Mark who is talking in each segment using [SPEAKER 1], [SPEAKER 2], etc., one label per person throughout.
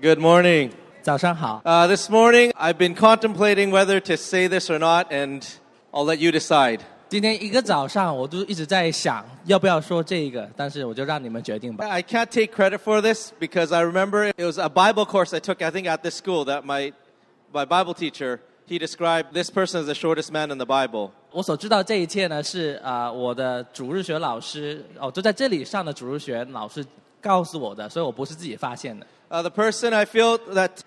[SPEAKER 1] Good morning.
[SPEAKER 2] 早上好。
[SPEAKER 1] Uh, this morning, I've been contemplating whether to say this or not, and I'll let you decide.
[SPEAKER 2] 今天一个早上，我就一直在想要不要说这个，但是我就让你们决定吧。
[SPEAKER 1] I can't take credit for this because I remember it was a Bible course I took, I think, at this school that my, my Bible teacher, he described this person as the shortest man in the Bible.
[SPEAKER 2] 我所知道这一切呢，是啊、呃我的主日学老师哦，就在这里上的主日学老师告诉我的，所以我不是自己发现的。
[SPEAKER 1] Uh, the person I feel that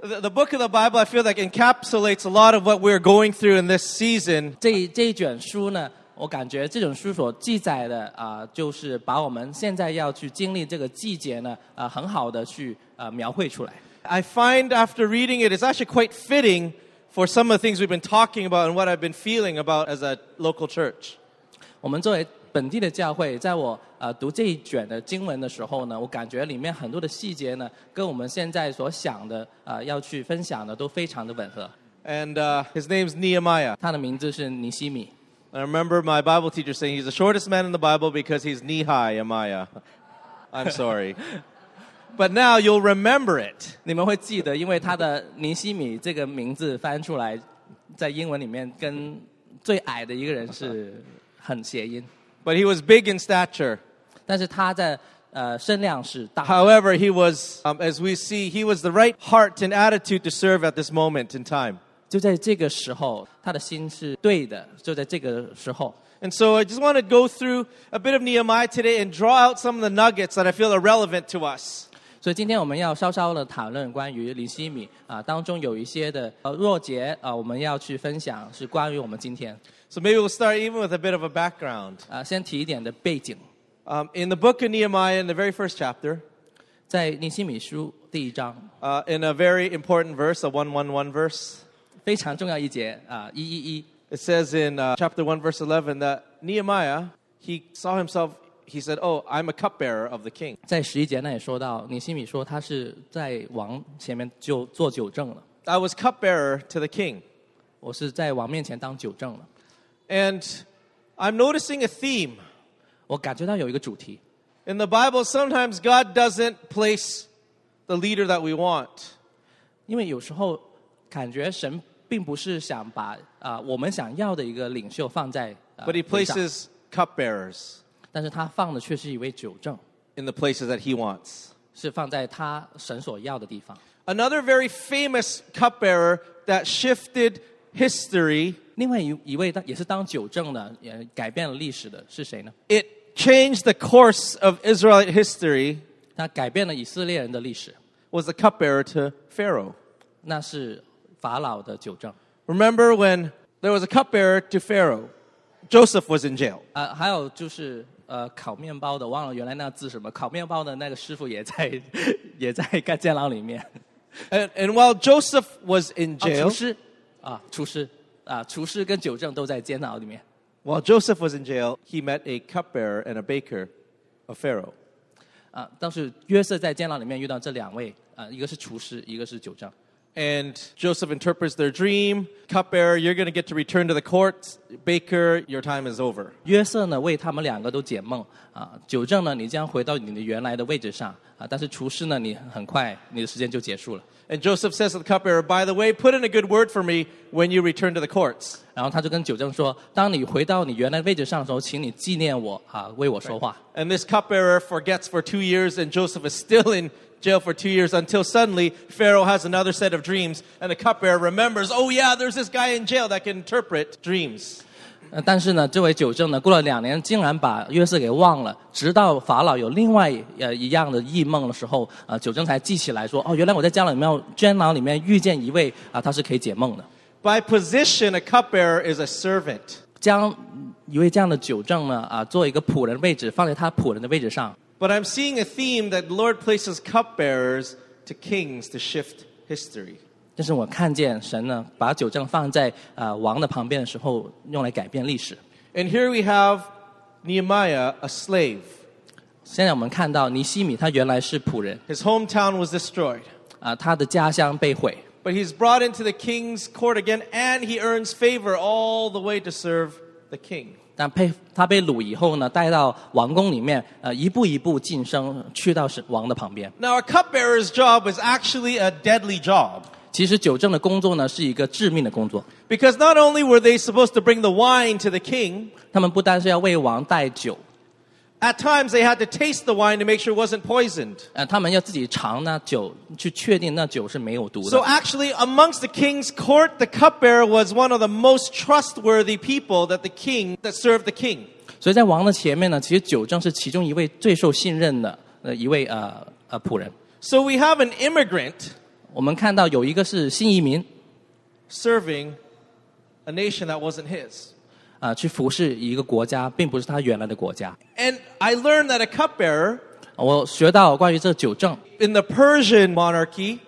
[SPEAKER 1] the, the book of the Bible, I feel like encapsulates a lot of what we're going through in this season.
[SPEAKER 2] 这一这一卷书呢，我感觉这本书所记载的啊、呃就是把我们现在要去经历这个季节呢，呃，很好的去呃描绘出来。
[SPEAKER 1] I find after reading it, it's actually quite fitting for some of the things we've been talking about and what I've been feeling about as a local church.
[SPEAKER 2] 我们作为本地的教会，在我呃读这一卷的经文的时候呢，我感觉里面很多的细节呢，跟我们现在所想的呃要去分享的都非常的吻合。
[SPEAKER 1] And uh, his name's Nehemiah.
[SPEAKER 2] 他的名字是尼西米，
[SPEAKER 1] I remember my Bible teacher saying he's the shortest man in the Bible because he's knee high, Amaya. I'm sorry. but now you'll remember it.
[SPEAKER 2] 你们会记得，因为他的尼西米这个名字翻出来，在英文里面跟最矮的一个人是很谐音，
[SPEAKER 1] But he was big in stature.
[SPEAKER 2] 但是他在呃身量是大的。
[SPEAKER 1] However, he was, um, as we see, he was the right heart and attitude to serve at this moment in time.
[SPEAKER 2] 就在这个时候，他的心是对的。就在这个时候，
[SPEAKER 1] And so I just want to go through a bit of Nehemiah today and draw out some of the nuggets that I feel are relevant to us.
[SPEAKER 2] 所以今天我们要稍稍的讨论关于林西米啊，当中有一些的呃弱节啊，我们要去分享是关于我们今天
[SPEAKER 1] So maybe we'll start even with a bit of a background.
[SPEAKER 2] 啊，先提一点的背景，
[SPEAKER 1] Um, in the book of Nehemiah, in the very first chapter,
[SPEAKER 2] 在林西米书第一章
[SPEAKER 1] uh, in a very important verse, a 111 verse,
[SPEAKER 2] 非常重要一节啊，一一一
[SPEAKER 1] It says in uh, chapter 1, verse 11, that Nehemiah, he saw himself, he said, Oh, I'm a cupbearer of the king.
[SPEAKER 2] 在十一节那里说到，林西米说他是在王前面就做酒证了，
[SPEAKER 1] I was cupbearer to the king.
[SPEAKER 2] 我是在王面前当酒证了，
[SPEAKER 1] And I'm noticing a theme.
[SPEAKER 2] 我感觉到有一个主题，
[SPEAKER 1] In the Bible, sometimes God doesn't place the leader that we want.
[SPEAKER 2] 因为有时候感觉神并不是想把啊、我们想要的一个领袖放在、啊
[SPEAKER 1] But he
[SPEAKER 2] 头上
[SPEAKER 1] places cupbearers
[SPEAKER 2] 但是他放的却是一位酒证，
[SPEAKER 1] in the places that he wants.
[SPEAKER 2] 是放在他神所要的地方。
[SPEAKER 1] Another very famous cupbearer that shifted history,
[SPEAKER 2] 另外一一位当也是当酒证的，也改变了历史的是谁呢？
[SPEAKER 1] it changed the course of Israelite history,
[SPEAKER 2] 他改变了以色列人的历史，
[SPEAKER 1] was the cupbearer to Pharaoh.
[SPEAKER 2] 那是法老的酒证。
[SPEAKER 1] Remember when there was a cupbearer to Pharaoh? Joseph was in jail.
[SPEAKER 2] 啊、还有就是呃，烤面包的，忘了原来那个字什么，烤面包的那个师傅也在 也在干监牢里面，
[SPEAKER 1] And, and while Joseph was in
[SPEAKER 2] 啊
[SPEAKER 1] jail,
[SPEAKER 2] 厨师啊，厨师啊，厨师跟酒证都在监牢里面。
[SPEAKER 1] while Joseph was in jail, he met a cupbearer and a baker of Pharaoh.
[SPEAKER 2] 啊，当时约瑟在监牢里面遇到这两位，啊，一个是厨师，一个是酒证。
[SPEAKER 1] And Joseph interprets their dream. Cupbearer, you're going to get to return to the court. Baker, your time is over.
[SPEAKER 2] 约瑟呢为他们两个都解梦啊，酒政呢你将回到你的原来的位置上啊，但是厨师呢你很快你的时间就结束了。
[SPEAKER 1] And Joseph says to the cupbearer, By the way, put in a good word for me when you return to the courts.
[SPEAKER 2] 然后他就跟酒政说：“当你回到你原来位置上的时候，请你纪念我啊，为我说话。
[SPEAKER 1] And this cupbearer forgets for two years, and Joseph is still in jail for two years until suddenly Pharaoh has another set of dreams, and the cupbearer remembers, oh yeah, there's this guy in jail that can interpret dreams.
[SPEAKER 2] 呃但是呢，这位酒政呢，过了两年，竟然把约瑟给忘了。直到法老有另外呃一样的异梦的时候，啊，酒政才记起来说：哦，原来我在监牢里面监牢里面遇见一位啊，他是可以解梦的。”
[SPEAKER 1] By position, a cupbearer is a servant,
[SPEAKER 2] 将一位这样的酒政呢啊，做一个仆人位置，放在他仆人的位置上。
[SPEAKER 1] but I'm seeing a theme that the Lord places cupbearers to kings to shift history.
[SPEAKER 2] 但是我看见神呢，把酒政放在啊、呃王的旁边的时候，用来改变历史。
[SPEAKER 1] And here we have Nehemiah, a slave.
[SPEAKER 2] 现在我们看到尼西米他原来是仆人
[SPEAKER 1] His hometown was destroyed,
[SPEAKER 2] 啊、他的家乡被毁，
[SPEAKER 1] but he's brought into the king's court again, and he earns favor all the way to serve the king.
[SPEAKER 2] 但被他被掳以后呢，带到王宫里面，呃，一步一步晋升，去到是王的旁边。
[SPEAKER 1] Now, a cupbearer's job is actually a deadly job
[SPEAKER 2] 其实九正的工作呢，是一个致命的工作。
[SPEAKER 1] because not only were they supposed to bring the wine to the king,
[SPEAKER 2] 他们不单是要为王带酒，
[SPEAKER 1] at times they had to taste the wine to make sure it wasn't poisoned.
[SPEAKER 2] 呃，他们要自己尝那酒，去确定那酒是没有毒的
[SPEAKER 1] So,。actually, amongst the king's court, the cupbearer was one of the most trustworthy people that the king that served the king.
[SPEAKER 2] 所以在王的前面呢，其实九正是其中一位最受信任的呃一位呃呃仆人。
[SPEAKER 1] So we have an immigrant
[SPEAKER 2] 我们看到有一个是新移民
[SPEAKER 1] serving a nation that wasn't his.
[SPEAKER 2] 啊、去服侍一个国家，并不是他原来的国家。
[SPEAKER 1] And I learned that a cupbearer
[SPEAKER 2] 我学到关于这九正
[SPEAKER 1] in the Persian monarchy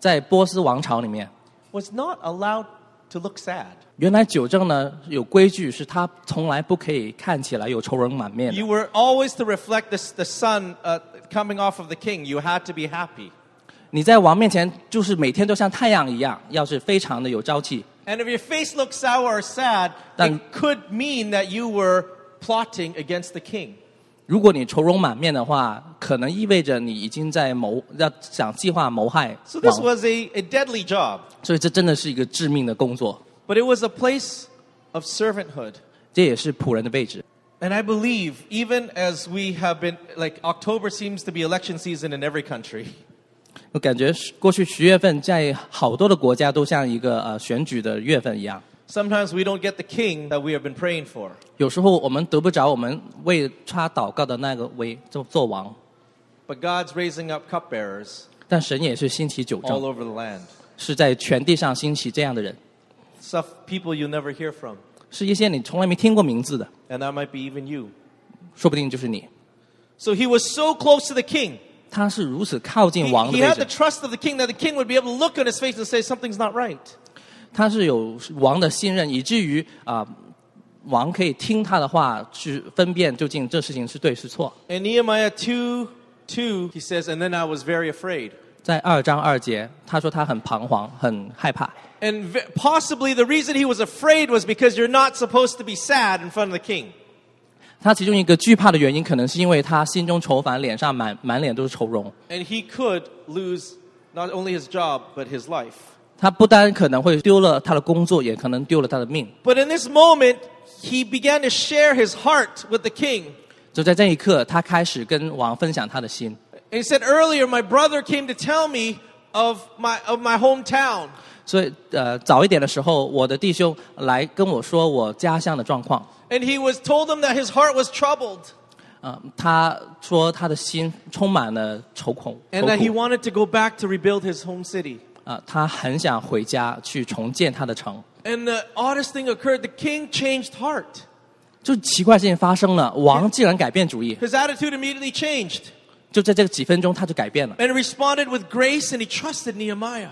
[SPEAKER 2] 在波斯王朝里面，
[SPEAKER 1] was not allowed to look sad.
[SPEAKER 2] 原来九正呢有规矩，是他从来不可以看起来有愁容满面的
[SPEAKER 1] You were always to reflect this, the sun uh, coming off of the king. You had to be happy.
[SPEAKER 2] 你在王面前就是每天都像太阳一样，要是非常的有朝气。
[SPEAKER 1] And if your face looked sour or sad,
[SPEAKER 2] Then-
[SPEAKER 1] it could mean that you were plotting against the king.
[SPEAKER 2] 如果你愁容满面的话，可能意味着你已经在谋要想计划谋害
[SPEAKER 1] So this
[SPEAKER 2] 王，
[SPEAKER 1] was a, a deadly job,
[SPEAKER 2] 所以这真的是一个致命的工作，
[SPEAKER 1] but it was a place of servanthood.
[SPEAKER 2] 这也是仆人的位置。
[SPEAKER 1] And I believe, even as we have been, like October seems to be election season in every country.
[SPEAKER 2] 我感觉是过去十月份在好多的国家都像一个呃选举的月份一样，
[SPEAKER 1] Sometimes we don't get the king that we have been praying for.
[SPEAKER 2] 有时候我们得不着我们为他祷告的那个为做做王，
[SPEAKER 1] But God's raising up cupbearers
[SPEAKER 2] 但神也是兴起九
[SPEAKER 1] all
[SPEAKER 2] 正，
[SPEAKER 1] over the land.
[SPEAKER 2] 是在全地上兴起这样的人，
[SPEAKER 1] Stuff people you'll never hear from.
[SPEAKER 2] 是一些你从来没听过名字的，
[SPEAKER 1] And that might be even you.
[SPEAKER 2] 说不定就是你。
[SPEAKER 1] So he was so close to the king.
[SPEAKER 2] 他是如此靠
[SPEAKER 1] He,
[SPEAKER 2] 近王的
[SPEAKER 1] he
[SPEAKER 2] 位
[SPEAKER 1] had the
[SPEAKER 2] 置，
[SPEAKER 1] trust of the king that the king would be able to look on his face and say something's not right.
[SPEAKER 2] 他是有王的信任，以至于啊、王可以听他的话去分辨究竟这事情是对是错。
[SPEAKER 1] In Nehemiah 2 2, he says, And then I was very afraid.
[SPEAKER 2] 在二章二节，他说他很彷徨，很害怕。
[SPEAKER 1] And v- possibly the reason he was afraid was because you're not supposed to be sad in front of the king.
[SPEAKER 2] 他其中一个惧怕的原因，可能是因为他心中愁烦，脸上满满脸都是愁容。
[SPEAKER 1] And he could lose not only his job, but his life.
[SPEAKER 2] 他不单可能会丢了他的工作，也可能丢了他的命。
[SPEAKER 1] But in this moment, he began to share his heart with the king.
[SPEAKER 2] 就在这一刻，他开始跟王分享他的心。
[SPEAKER 1] And he said earlier, my brother came to tell me of my of my hometown.
[SPEAKER 2] 所以，呃，早一点的时候，我的弟兄来跟我说我家乡的状况。
[SPEAKER 1] And he was told him that his heart was troubled
[SPEAKER 2] 呃，他说他的心充满了愁恐，愁
[SPEAKER 1] and that he
[SPEAKER 2] 苦
[SPEAKER 1] wanted to go back to rebuild his home city.
[SPEAKER 2] 啊、他很想回家去重建他的城。
[SPEAKER 1] And the oddest thing occurred, the king changed heart.
[SPEAKER 2] 就奇怪事情发生了，王竟然改变主意，
[SPEAKER 1] His attitude immediately changed
[SPEAKER 2] 就在这几分钟他就改变了
[SPEAKER 1] and responded with grace and he trusted Nehemiah.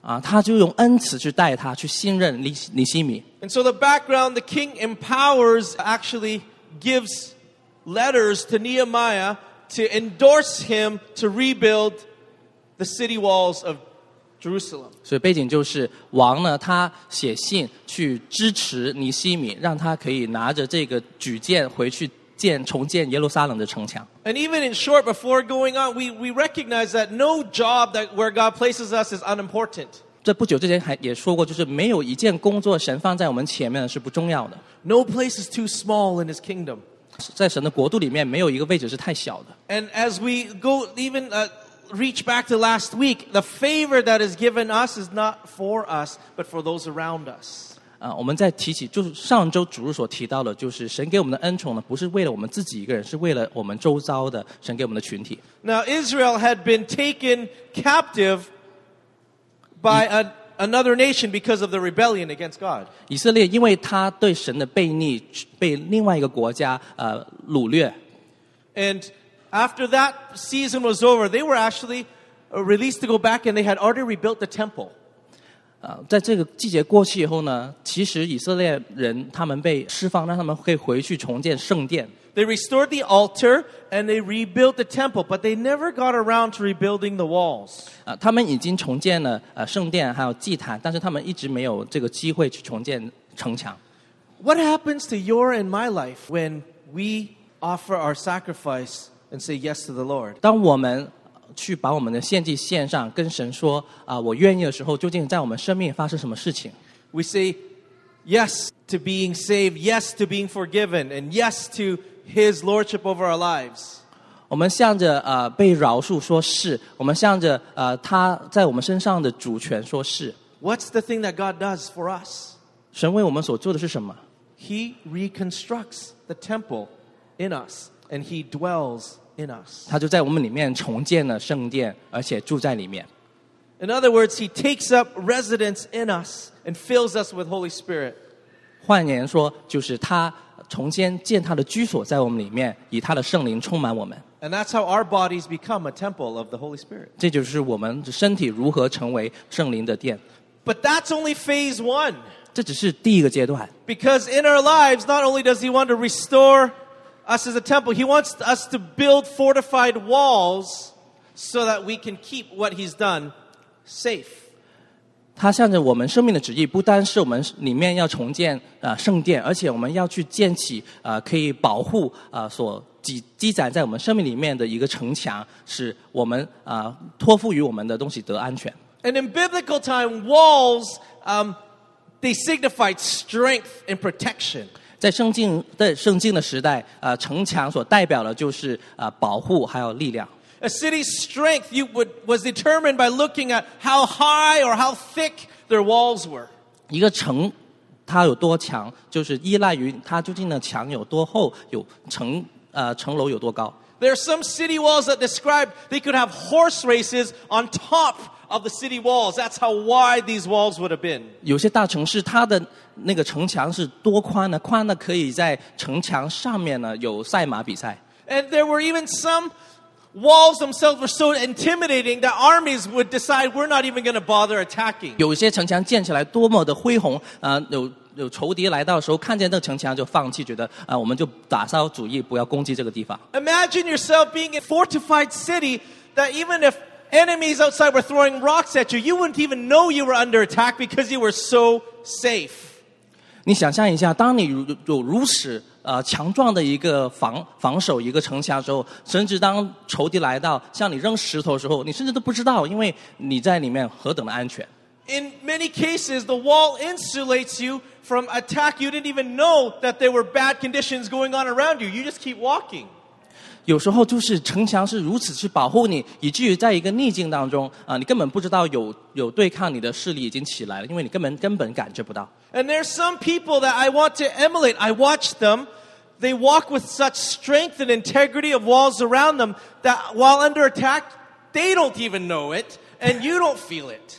[SPEAKER 2] 啊、他就用恩慈去带他，去信任尼尼西米。
[SPEAKER 1] And so the background, the king empowers, actually gives letters to Nehemiah to endorse him to rebuild the city walls of Jerusalem.
[SPEAKER 2] 所以背景就是王呢，他写信去支持尼西米，让他可以拿着这个举荐回去建重建耶路撒冷的城墙。
[SPEAKER 1] And even in short, before going on, we, we recognize that no job that where God places us is unimportant.
[SPEAKER 2] 这不久之前还也说过，就是没有一件工作神放在我们前面的是不重要的。
[SPEAKER 1] No place is too small in His kingdom.
[SPEAKER 2] 在神的国度里面，没有一个位置是太小的。
[SPEAKER 1] And as we go, even uh, reach back to last week, the favor that is given us is not for us, but for those around us.
[SPEAKER 2] 啊、我们在提起，就是上周主日所提到的，就是神给我们的恩宠呢，不是为了我们自己一个人，是为了我们周遭的神给我们的群体。
[SPEAKER 1] Now, Israel had been taken captive by a, another nation because of the rebellion against God.
[SPEAKER 2] 以色列因为他对神的悖逆，被另外一个国家呃掳掠，
[SPEAKER 1] And after that season was over, they were actually uh, released to go back and they had already rebuilt the temple.
[SPEAKER 2] 啊，在这个季节过去以后呢，其实以色列人他们被释放，让他们可以回去重建圣殿。
[SPEAKER 1] They restored the altar and they rebuilt the temple, but they never got around to rebuilding the walls.
[SPEAKER 2] 啊、他们已经重建了呃圣殿还有祭坛，但是他们一直没有这个机会去重建城墙。
[SPEAKER 1] What happens to your and my life when we offer our sacrifice and say yes to the Lord?
[SPEAKER 2] 当我们去把我们的献祭献上，跟神说啊、我愿意的时候，究竟在我们生命发生什么事情？
[SPEAKER 1] We say yes to being saved, yes to being forgiven, and yes to His Lordship over our lives.
[SPEAKER 2] 我们向着呃被饶恕说是，我们向着呃他在我们身上的主权说是。
[SPEAKER 1] What's the thing that God does for us?
[SPEAKER 2] 神为我们所做的是什么？
[SPEAKER 1] He reconstructs the temple in us and He dwells in us.
[SPEAKER 2] 他就在我们里面重建了圣殿，而且住在里面。
[SPEAKER 1] In other words, He takes up residence in us and fills us with Holy Spirit.
[SPEAKER 2] 换言说，就是他重建建他的居所在我们里面，以他的圣灵充满我们。
[SPEAKER 1] And that's how our bodies become a temple of the Holy Spirit.
[SPEAKER 2] 这就是我们身体如何成为圣灵的殿。
[SPEAKER 1] But that's only phase one.
[SPEAKER 2] 这只是第一个阶段。
[SPEAKER 1] Because in our lives, not only does He want to restore us as a temple, He wants us to build fortified walls so that we can keep what He's done safe.
[SPEAKER 2] 它向着我们生命的旨意，不单是我们里面要重建呃圣殿，而且我们要去建起呃可以保护呃所积积攒在我们生命里面的一个城墙，使我们啊、呃托付于我们的东西得安全。
[SPEAKER 1] And in biblical time, walls um, they signified strength and protection.
[SPEAKER 2] 在圣经在圣经的时代，呃，城墙所代表的就是呃保护还有力量。
[SPEAKER 1] A city's strength you would, was determined by looking at how high or how thick their walls were.
[SPEAKER 2] 一个城它有多强，就是依赖于它究竟的墙有多厚，有城呃城楼有多高。
[SPEAKER 1] There are some city walls that describe they could have horse races on top of the city walls. That's how wide these walls would have been.
[SPEAKER 2] 有些大城市它的那个城墙是多宽呢？宽呢可以在城墙上面呢有赛马比赛，
[SPEAKER 1] And there were even some walls themselves were so intimidating that armies would decide we're not even going to bother attacking.
[SPEAKER 2] 有些城墙建起来多么的恢宏啊、呃有有仇敌来到的时候看见这个城墙就放弃，觉得啊、我们就打消主意，不要攻击这个地方。
[SPEAKER 1] Imagine yourself being in a fortified city that even if enemies outside were throwing rocks at you, you wouldn't even know you were under attack because you were so safe.
[SPEAKER 2] 你想象一下，当你如有如此呃强壮的一个防防守一个城墙的时候，甚至当仇敌来到向你扔石头的时候，你甚至都不知道，因为你在里面何等的安全。
[SPEAKER 1] In many cases, the wall insulates you from attack. You didn't even know that there were bad conditions going on around you. You just keep walking.
[SPEAKER 2] 有时候就是城墙是如此去保护你，以至于在一个逆境当中啊、你根本不知道有有对抗你的势力已经起来了，因为你根本根本感觉不到。
[SPEAKER 1] And there's some people that I want to emulate. I watch them. They walk with such strength and integrity of walls around them that while under attack, they don't even know it and you don't feel it.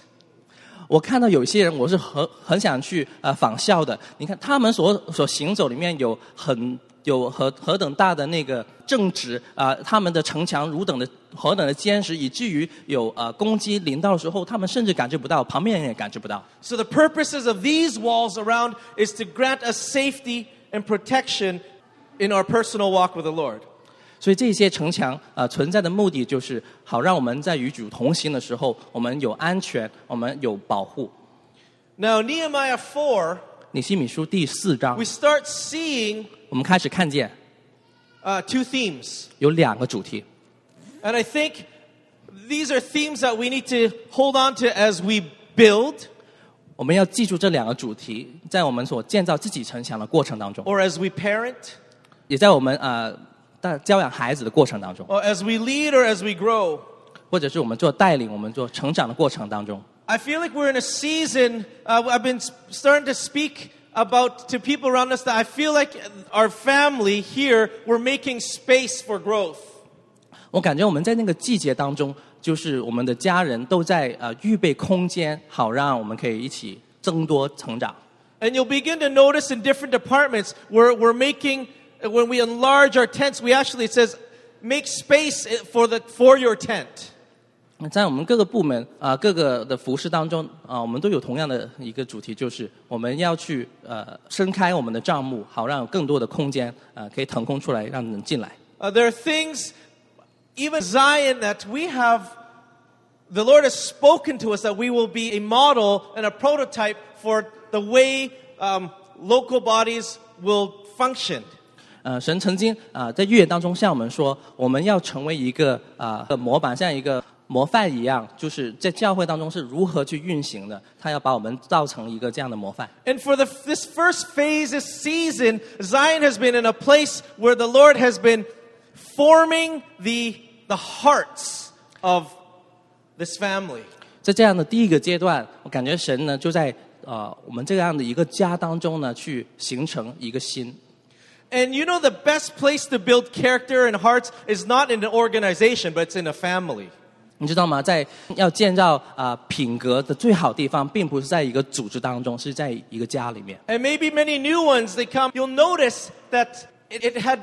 [SPEAKER 2] 我看到有一些人，我是很很想去呃仿效的。你看他们所所行走里面有很有何何等大的那个正直啊、他们的城墙如等的何等的坚实，以至于有呃攻击临到的时候，他们甚至感觉不到，旁边人也感觉不到。
[SPEAKER 1] So the purposes of these walls around is to grant us safety and protection in our personal walk with the Lord.
[SPEAKER 2] 所以这些城墙呃存在的目的就是好让我们在与主同行的时候，我们有安全，我们有保护。
[SPEAKER 1] Now, Nehemiah 4,
[SPEAKER 2] 尼西米书第四章
[SPEAKER 1] we，start seeing
[SPEAKER 2] 我们开始看见
[SPEAKER 1] uh, two themes.
[SPEAKER 2] 有两个主题。
[SPEAKER 1] And I think these are themes that we need to hold on to as we build
[SPEAKER 2] 我们要记住这两个主题，在我们所建造自己城墙的过程当中，
[SPEAKER 1] or as we parent,
[SPEAKER 2] 也在我们呃带教养孩子的过程当中，
[SPEAKER 1] or as we lead, or as we grow.
[SPEAKER 2] 或者是我们做带领、我们做成长的过程当中。
[SPEAKER 1] I feel like we're in a season. Uh, I've been s- starting to speak about to people around us that I feel like our family here we're making space for growth.
[SPEAKER 2] 我感觉我们在那个季节当中，就是我们的家人都在呃预备空间，好让我们可以一起增多成长。
[SPEAKER 1] And you'll begin to notice in different departments where we're making when we enlarge our tents, we actually it says make space for the for your tent.
[SPEAKER 2] 在我们各个部门啊、呃各个的服饰当中啊、呃我们都有同样的一个主题，就是我们要去呃伸开我们的账目，好让有更多的空间啊、呃可以腾空出来，让人进来。
[SPEAKER 1] Uh, there are things, even Zion, that we have, the Lord has spoken to us that we will be a model and a prototype for the way um, local bodies will function.
[SPEAKER 2] 呃，神曾经啊、呃在预言当中向我们说，我们要成为一个啊、呃模板，像一个模范一样，就是在教会当中是如何去运行的。他要把我们造成一个这样的模范。
[SPEAKER 1] And for the, this first phase, this season, Zion has been in a place where the Lord has been forming the, the hearts of this family.
[SPEAKER 2] 在这样的第一个阶段，我感觉神呢就在呃我们这样的一个家当中呢，去形成一个心。
[SPEAKER 1] And you know, the best place to build character and hearts is not in an organization, but it's in a family.
[SPEAKER 2] 你知道吗？在要建造啊、呃品格的最好地方，并不是在一个组织当中，是在一个家里面。
[SPEAKER 1] And maybe many new ones they come, you'll notice that it, it had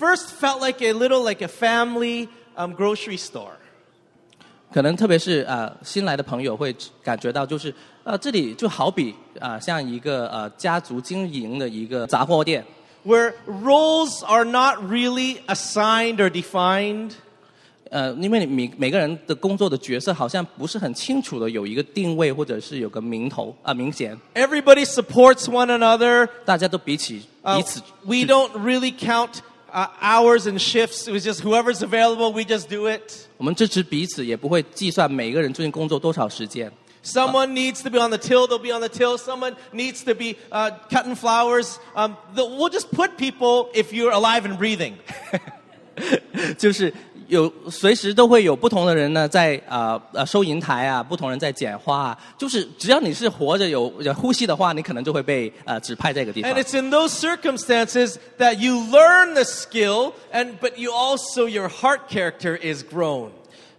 [SPEAKER 1] first felt like a little like a family um, grocery store.
[SPEAKER 2] 可能特别是呃新来的朋友会感觉到，就是呃这里就好比啊、呃像一个呃家族经营的一个杂货店，
[SPEAKER 1] where roles are not really assigned or defined.
[SPEAKER 2] 呃因为你每每个人的工作的角色好像不是很清楚的有一个定位或者是有个名头啊、明显，
[SPEAKER 1] Everybody supports one another.
[SPEAKER 2] 大家都彼此
[SPEAKER 1] Uh,
[SPEAKER 2] 彼此
[SPEAKER 1] we don't really count uh, hours and shifts. It was just whoever's available, we just do it.
[SPEAKER 2] 我们支持彼此，也不会计算每个人最近工作多少时间。
[SPEAKER 1] Someone needs to be on the till, they'll be on the till. Someone needs to be uh, cutting flowers. Um, the, we'll just put people if you're alive and breathing.
[SPEAKER 2] 就是有随时都会有不同的人呢，在啊呃收银台啊，不同人在捡花啊，就是只要你是活着有有呼吸的话，你可能就会被呃指派这个地方
[SPEAKER 1] And。it's in those circumstances that you learn the skill, and but you also your heart character is grown.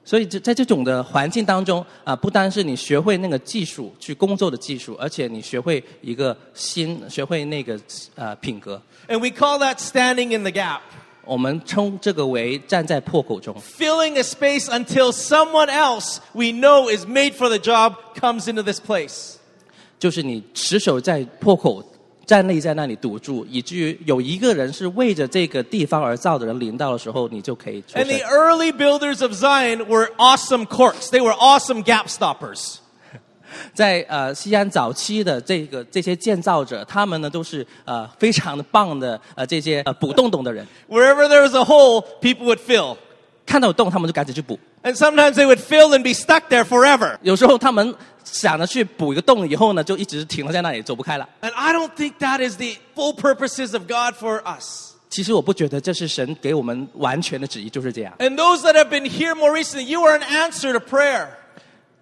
[SPEAKER 2] 所以这在这种的环境当中啊、不单是你学会那个技术去工作的技术，而且你学会一个心，学会那个呃品格。
[SPEAKER 1] And we call that standing in the gap.
[SPEAKER 2] 我们称这个为站在破口中，
[SPEAKER 1] Filling a space until someone else we know is made for the job comes into this place.
[SPEAKER 2] 就是你持守在破口站立在那里堵住，以至于有一个人是为着这个地方而造的人临到的时候，你就可以出
[SPEAKER 1] And
[SPEAKER 2] 声
[SPEAKER 1] the。early builders of Zion were awesome corks. They were awesome gap stoppers.
[SPEAKER 2] 在呃西安早期的这个这些建造者，他们呢都是呃非常的棒的呃这些呃补洞洞的人，
[SPEAKER 1] Wherever there was a hole, people would fill.
[SPEAKER 2] 看到有洞他们就赶紧去补。
[SPEAKER 1] And sometimes they would fill and be stuck there forever.
[SPEAKER 2] 有时候他们想着去补一个洞以后呢，就一直停了在那里，走不开了。
[SPEAKER 1] And I don't think that is the full purposes of God for us.
[SPEAKER 2] 其实我不觉得这是神给我们完全的旨意，就是这样。
[SPEAKER 1] And those that have been here more recently, you are an answer to prayer.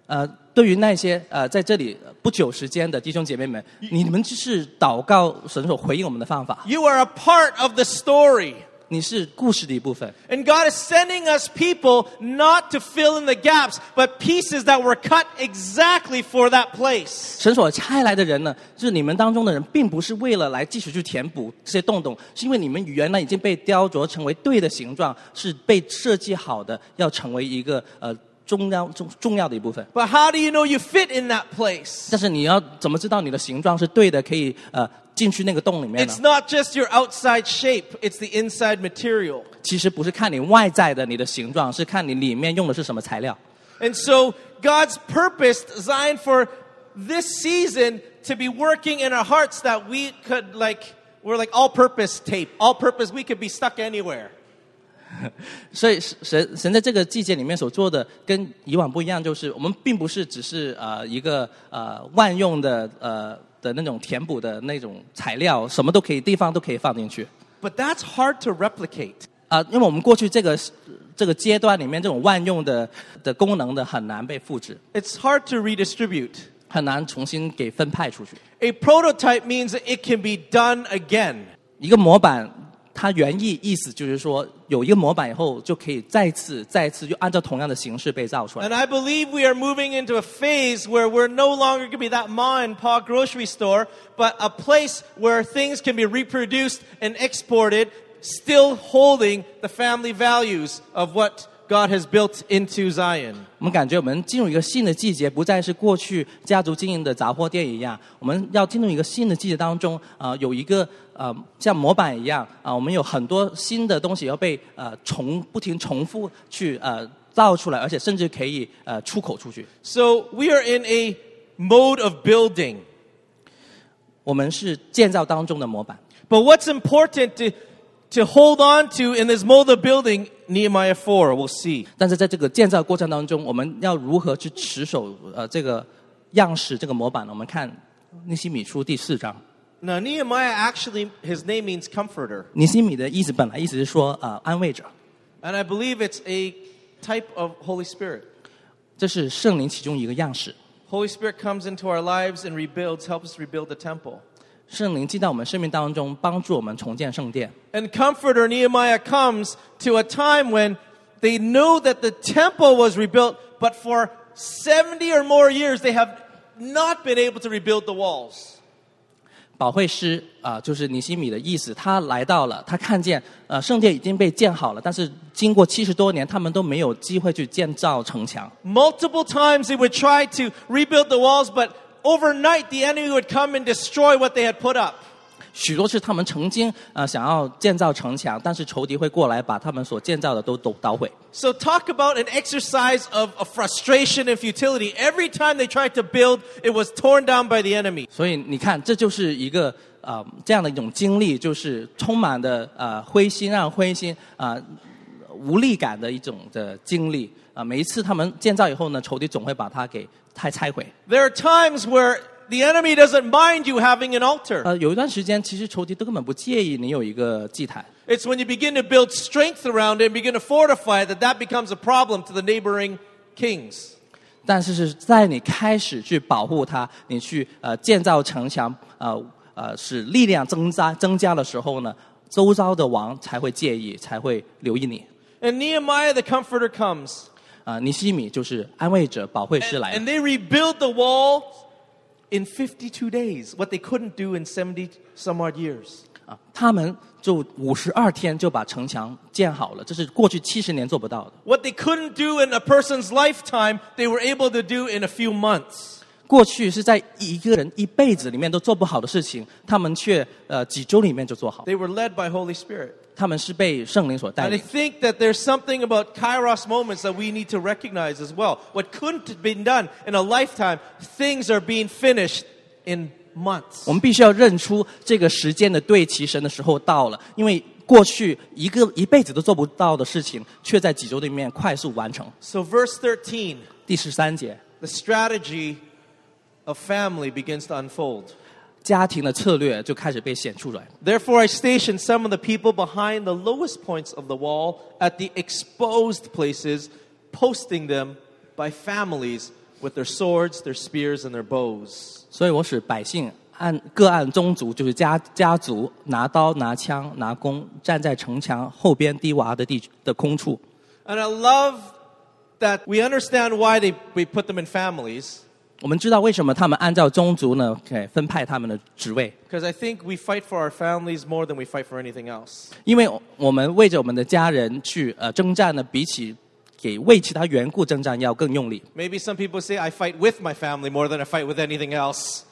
[SPEAKER 2] 呃，对于那些呃在这里不久时间的弟兄姐妹们，你们就是祷告神所回应我们的方法，
[SPEAKER 1] You are a part of the story.
[SPEAKER 2] 你是故事的一部分。
[SPEAKER 1] And God is sending us people not to fill in the gaps, but pieces that were cut exactly for that place.
[SPEAKER 2] 神所差来的人呢，就是你们当中的人，并不是为了来继续去填补这些洞洞，是因为你们原来已经被雕琢成为对的形状，是被设计好的，要成为一个呃重要重重要的一部分。
[SPEAKER 1] But how do you know you fit in that place?
[SPEAKER 2] 但是你要怎么知道你的形状是对的，可以呃进去那个洞里面呢
[SPEAKER 1] It's？not just your outside shape, it's the inside material.
[SPEAKER 2] 其实不是看你外在的你的形状，是看你里面用的是什么材料。
[SPEAKER 1] And so God's purposed Zion for this season to be working in our hearts that we could like we're like all purpose tape, all purpose we could be stuck anywhere.
[SPEAKER 2] 所以神神神在这个季节里面所做的跟以往不一样，就是我们并不是只是呃一个呃万用的呃的那种填补的那种材料，什么都可以，地方都可以放进去
[SPEAKER 1] But that's hard to replicate.
[SPEAKER 2] 啊、因为我们过去这个这个阶段里面，这种万用的的功能的很难被复制，
[SPEAKER 1] It's hard to redistribute.
[SPEAKER 2] 很难重新给分派出去。
[SPEAKER 1] A prototype means that it can be done again.
[SPEAKER 2] 一个模板，它原意意思就是说，有一个模板以后，就可以再次、再次就按照同样的形式被造出来。
[SPEAKER 1] And I believe we are moving into a phase where we're no longer going to be that ma and pa grocery store, but a place where things can be reproduced and exported, still holding the family values of what God has built into Zion.
[SPEAKER 2] 我们感觉我们进入一个新的季节，不再是过去家族经营的杂货店一样，我们要进入一个新的季节当中，啊、有一个呃像模板一样啊、我们有很多新的东西要被呃重不停重复去呃造出来，而且甚至可以呃出口出去。
[SPEAKER 1] So we are in a mode of building.
[SPEAKER 2] 我们是建造当中的模板。
[SPEAKER 1] But what's important to, to hold on to in this mold of building, Nehemiah 4, we'll see.
[SPEAKER 2] 但是在这个建造过程当中，我们要如何去持守呃这个样式这个模板呢？我们看尼西米书第四章，
[SPEAKER 1] Now, Nehemiah actually, his name means comforter.
[SPEAKER 2] 尼西米的意思本来意思是说啊、呃安慰者，
[SPEAKER 1] And I believe it's a type of Holy Spirit.
[SPEAKER 2] 这是圣灵其中一个样式。
[SPEAKER 1] Holy Spirit comes into our lives and rebuilds, helps us rebuild the temple.
[SPEAKER 2] 圣灵进到我们生命当中，帮助我们重建圣殿。
[SPEAKER 1] And comforter Nehemiah comes to a time when they know that the temple was rebuilt, but for 70 or more years they have not been able to rebuild the walls.
[SPEAKER 2] 保惠师啊、就是尼西米的意思，他来到了，他看见呃圣殿已经被建好了，但是经过七十多年，他们都没有机会去建造城墙。
[SPEAKER 1] Multiple times they would try to rebuild the walls, but overnight the enemy would come and destroy what they had put up.
[SPEAKER 2] 许多是他们曾经呃想要建造城墙，但是仇敌会过来把他们所建造的都都捣毁。
[SPEAKER 1] So talk about an exercise of, of frustration and futility. Every time they tried to build, it was torn down by the enemy.
[SPEAKER 2] 所以你看，这就是一个呃这样的一种经历，就是充满的呃灰心，让灰心啊、呃无力感的一种的经历啊、每一次他们建造以后呢，仇敌总会把它给拆拆毁。
[SPEAKER 1] There are times where the enemy doesn't mind you having an altar.
[SPEAKER 2] 呃，有一段时间，其实仇敌都根本不介意你有一个祭坛，
[SPEAKER 1] It's when you begin to build strength around it and begin to fortify it that that becomes a problem to the neighboring kings.
[SPEAKER 2] 但是是在你开始去保护它，你去呃建造城墙，呃呃使力量增加增加的时候呢，周遭的王才会介意，才会留意你。
[SPEAKER 1] And Nehemiah the comforter comes
[SPEAKER 2] 啊、尼西米就是安慰者、保惠师
[SPEAKER 1] and,
[SPEAKER 2] 来
[SPEAKER 1] and
[SPEAKER 2] 的。
[SPEAKER 1] they rebuild the wall in 52 days, what they couldn't do in 70 some odd years.
[SPEAKER 2] 啊，他们就五十二天就把城墙建好了，这是过去七十年做不到的。
[SPEAKER 1] What they couldn't do in a person's lifetime, they were able to do in a few months.
[SPEAKER 2] 过去是在一个人一辈子里面都做不好的事情，他们却呃几周里面就做好。
[SPEAKER 1] They were led by Holy Spirit.
[SPEAKER 2] 他们是被圣灵所带
[SPEAKER 1] And I
[SPEAKER 2] 领。
[SPEAKER 1] think that there's something about kairos moments that we need to recognize as well. What couldn't have been done in a lifetime, things are being finished in months.
[SPEAKER 2] 我们必须要认出这个时间的对齐神的时候到了，因为过去一个一辈子都做不到的事情，却在几周里面快速完成。
[SPEAKER 1] So, verse 13,
[SPEAKER 2] 第十三节，
[SPEAKER 1] the strategy of family begins to unfold.
[SPEAKER 2] 家庭的策略就开始被显出来。
[SPEAKER 1] Therefore, I stationed some of the people behind the lowest points of the wall at the exposed places, posting them by families with their swords, their spears, and their bows.
[SPEAKER 2] 所以我使百姓按个案宗族，就是家家族拿刀拿枪拿弓，站在城墙后边低洼的地的空处。
[SPEAKER 1] And I love that we understand why they, we put them in families.
[SPEAKER 2] 我们知道为什么他们按照宗族呢，给分派他们的职位。
[SPEAKER 1] Because I think we fight for our families more than we fight for anything else.
[SPEAKER 2] 因为我们为着我们的家人去呃征战呢，比起给为其他缘故征战要更用力。
[SPEAKER 1] Maybe some people say I fight with my family more than I fight with anything else.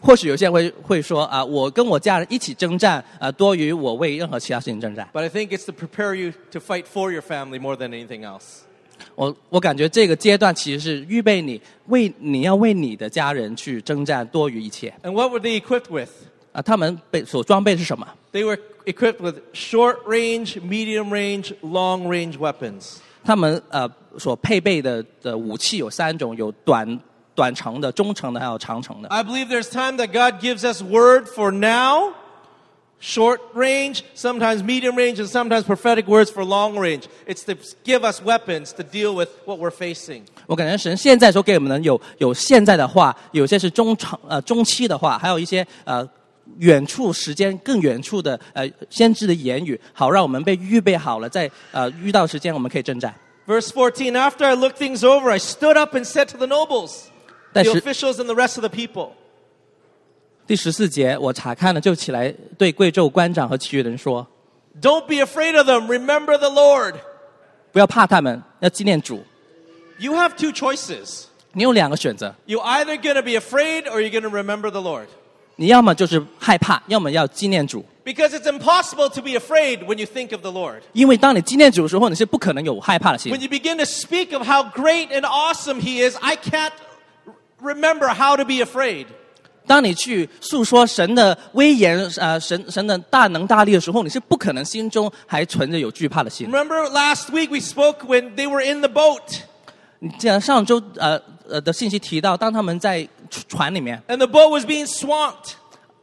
[SPEAKER 2] 或许有些人会会说啊、我跟我家人一起征战啊、多于我为任何其他事情征战。
[SPEAKER 1] But I think it's to prepare you to fight for your family more than anything else.
[SPEAKER 2] 我我感觉这个阶段其实是预备你为你要为你的家人去征战多于一切啊、
[SPEAKER 1] And what were they equipped with?
[SPEAKER 2] 他们被所装备是什么？
[SPEAKER 1] They were equipped with short range, medium range, long range weapons.
[SPEAKER 2] 他们呃所配备的的武器有三种，有短短程的、中程的，还有长程的。
[SPEAKER 1] I believe there's time that God gives us word for now, short range, sometimes medium range, and sometimes prophetic words for long range. It's to give us weapons to deal with what we're facing.
[SPEAKER 2] 我感觉神现在所给我们的有有现在的话，有些是中长呃中期的话，还有一些呃远处时间更远处的呃先知的言语，好让我们被预备好了，在呃遇到时间我们可以征战。
[SPEAKER 1] Verse 14 After I looked things over, I stood up and said to the nobles,
[SPEAKER 2] That
[SPEAKER 1] the
[SPEAKER 2] should-
[SPEAKER 1] officials, and the rest of the people,
[SPEAKER 2] 第十四节，我查看了，就起来对贵胄官长和其余人说：
[SPEAKER 1] Don't be afraid of them. Remember the Lord.
[SPEAKER 2] 不要怕他们，要纪念主。
[SPEAKER 1] You have two choices.
[SPEAKER 2] 你有两个选择，
[SPEAKER 1] You're either going to be afraid or you're going to remember the Lord.
[SPEAKER 2] 你要么就是害怕，要么要纪念主。
[SPEAKER 1] Because it's impossible to be afraid when you think of the Lord.
[SPEAKER 2] 因为当你纪念主的时候，你是不可能有害怕的心
[SPEAKER 1] When。you begin to speak of how great and awesome He is, I can't remember how to be afraid.
[SPEAKER 2] 当你去诉说神的威严，呃，神神的大能大力的时候，你是不可能心中还存着有惧怕的心。
[SPEAKER 1] Remember last week we spoke when they were in the boat
[SPEAKER 2] 你既然上周呃呃的信息提到，当他们在船船里面，
[SPEAKER 1] and the boat was being swamped.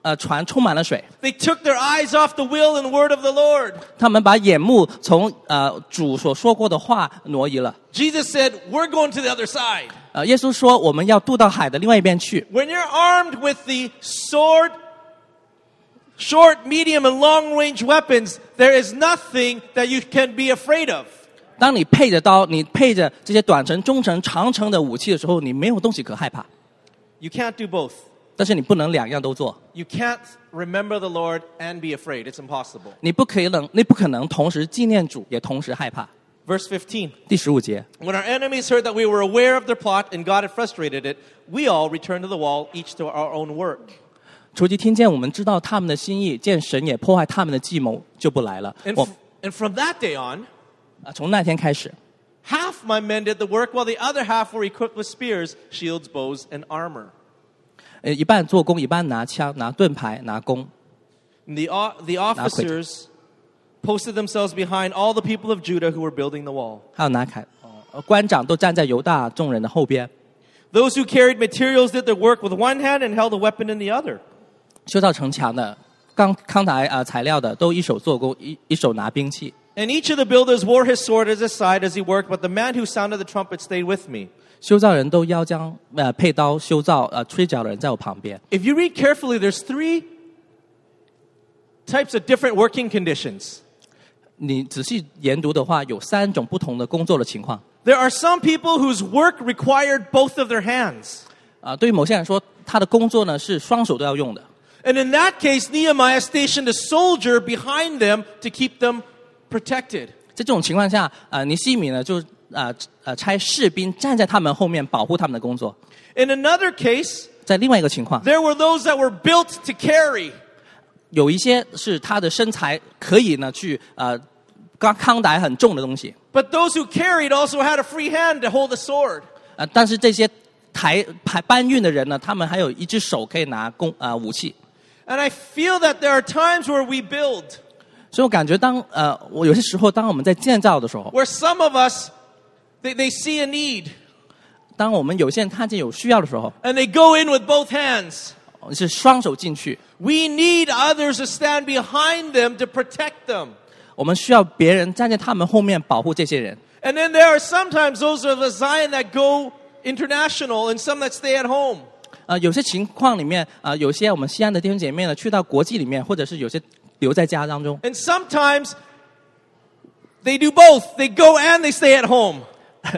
[SPEAKER 2] 呃，船充满了水，
[SPEAKER 1] They took their eyes off the will and word of the Lord.
[SPEAKER 2] 他们把眼目从呃主所说过的话挪移了。
[SPEAKER 1] Jesus said, We're going to the other side.
[SPEAKER 2] 呃，耶稣说我们要渡到海的另外一边去。
[SPEAKER 1] When you're armed with the sword, short, medium, and long range weapons, there is nothing that you can be afraid of.
[SPEAKER 2] 当你配着刀，你配着这些短程、中程、长程的武器的时候，你没有东西可害怕。
[SPEAKER 1] You can't do both.
[SPEAKER 2] 但是你不能两样都做，
[SPEAKER 1] You can't remember the Lord and be afraid. It's impossible.
[SPEAKER 2] 你不可以能，你不可能同时纪念主，也同时害怕。
[SPEAKER 1] Verse 15.
[SPEAKER 2] 第十五节，
[SPEAKER 1] When our enemies heard that we were aware of their plot and God had frustrated it, we all returned to the wall, each to our own work.
[SPEAKER 2] 除其听见我们知道他们的心意，见神也破坏他们的计谋，就不来了。
[SPEAKER 1] And,
[SPEAKER 2] 我
[SPEAKER 1] f- and from that day on,
[SPEAKER 2] 啊，从那天开始，
[SPEAKER 1] half my men did the work, while the other half were equipped with spears, shields, bows, and armor.
[SPEAKER 2] 呃，一半做工，一半拿枪、拿盾牌、拿弓。
[SPEAKER 1] And the, o- the officers posted themselves behind all the people of Judah who were building the wall.
[SPEAKER 2] 还有拿凯，呃官长都站在犹大众人的后边。
[SPEAKER 1] Those who carried materials did their work with one hand and held a weapon in the other.
[SPEAKER 2] 修造城墙的、刚康材啊、呃材料的，都一手做工，一一手拿兵器。
[SPEAKER 1] And each of the builders wore his sword at his side as he worked, but the man who sounded the trumpet stayed with me.
[SPEAKER 2] 修造人都腰将呃配刀修造呃吹角的人在我旁边。
[SPEAKER 1] If you read carefully, there's three types of different working conditions.
[SPEAKER 2] 你仔细研读的话，有三种不同的工作的情况
[SPEAKER 1] There are some people whose work required both of their hands.
[SPEAKER 2] 啊、对于某些人说，他的工作呢是双手都要用的。
[SPEAKER 1] And in that case, Nehemiah stationed a soldier behind them to keep them protected.
[SPEAKER 2] 在这种情况下，啊、尼西米呢就啊呃差士兵站在他们后面保护他们的工作。
[SPEAKER 1] In another case,
[SPEAKER 2] 在另外一个情况，
[SPEAKER 1] there were those that were built to carry.
[SPEAKER 2] 有一些是他的身材可以呢去呃刚康达很重的东西
[SPEAKER 1] But those who carried also had a free hand to hold a sword.
[SPEAKER 2] 啊、呃但是这些抬排搬运的人呢，他们还有一只手可以拿弓啊、呃武器。
[SPEAKER 1] And I feel that there are times where we build,
[SPEAKER 2] 所以我感觉当呃我有些时候当我们在建造的时候，
[SPEAKER 1] where some of us, they, they see a need
[SPEAKER 2] 当我们有些人看见有需要的时候，
[SPEAKER 1] and they go in with both hands.
[SPEAKER 2] 是双手进去。
[SPEAKER 1] We need others to stand behind them to protect them.
[SPEAKER 2] 我们需要别人站在他们后面保护这些人。
[SPEAKER 1] And then there are sometimes those of us Zion that go international and some that stay at home.
[SPEAKER 2] 呃，有些情况里面，呃，有些我们西安的弟兄姐妹呢，去到国际里面，或者是有些留在家当中，
[SPEAKER 1] And sometimes they do both. They go and they stay at home.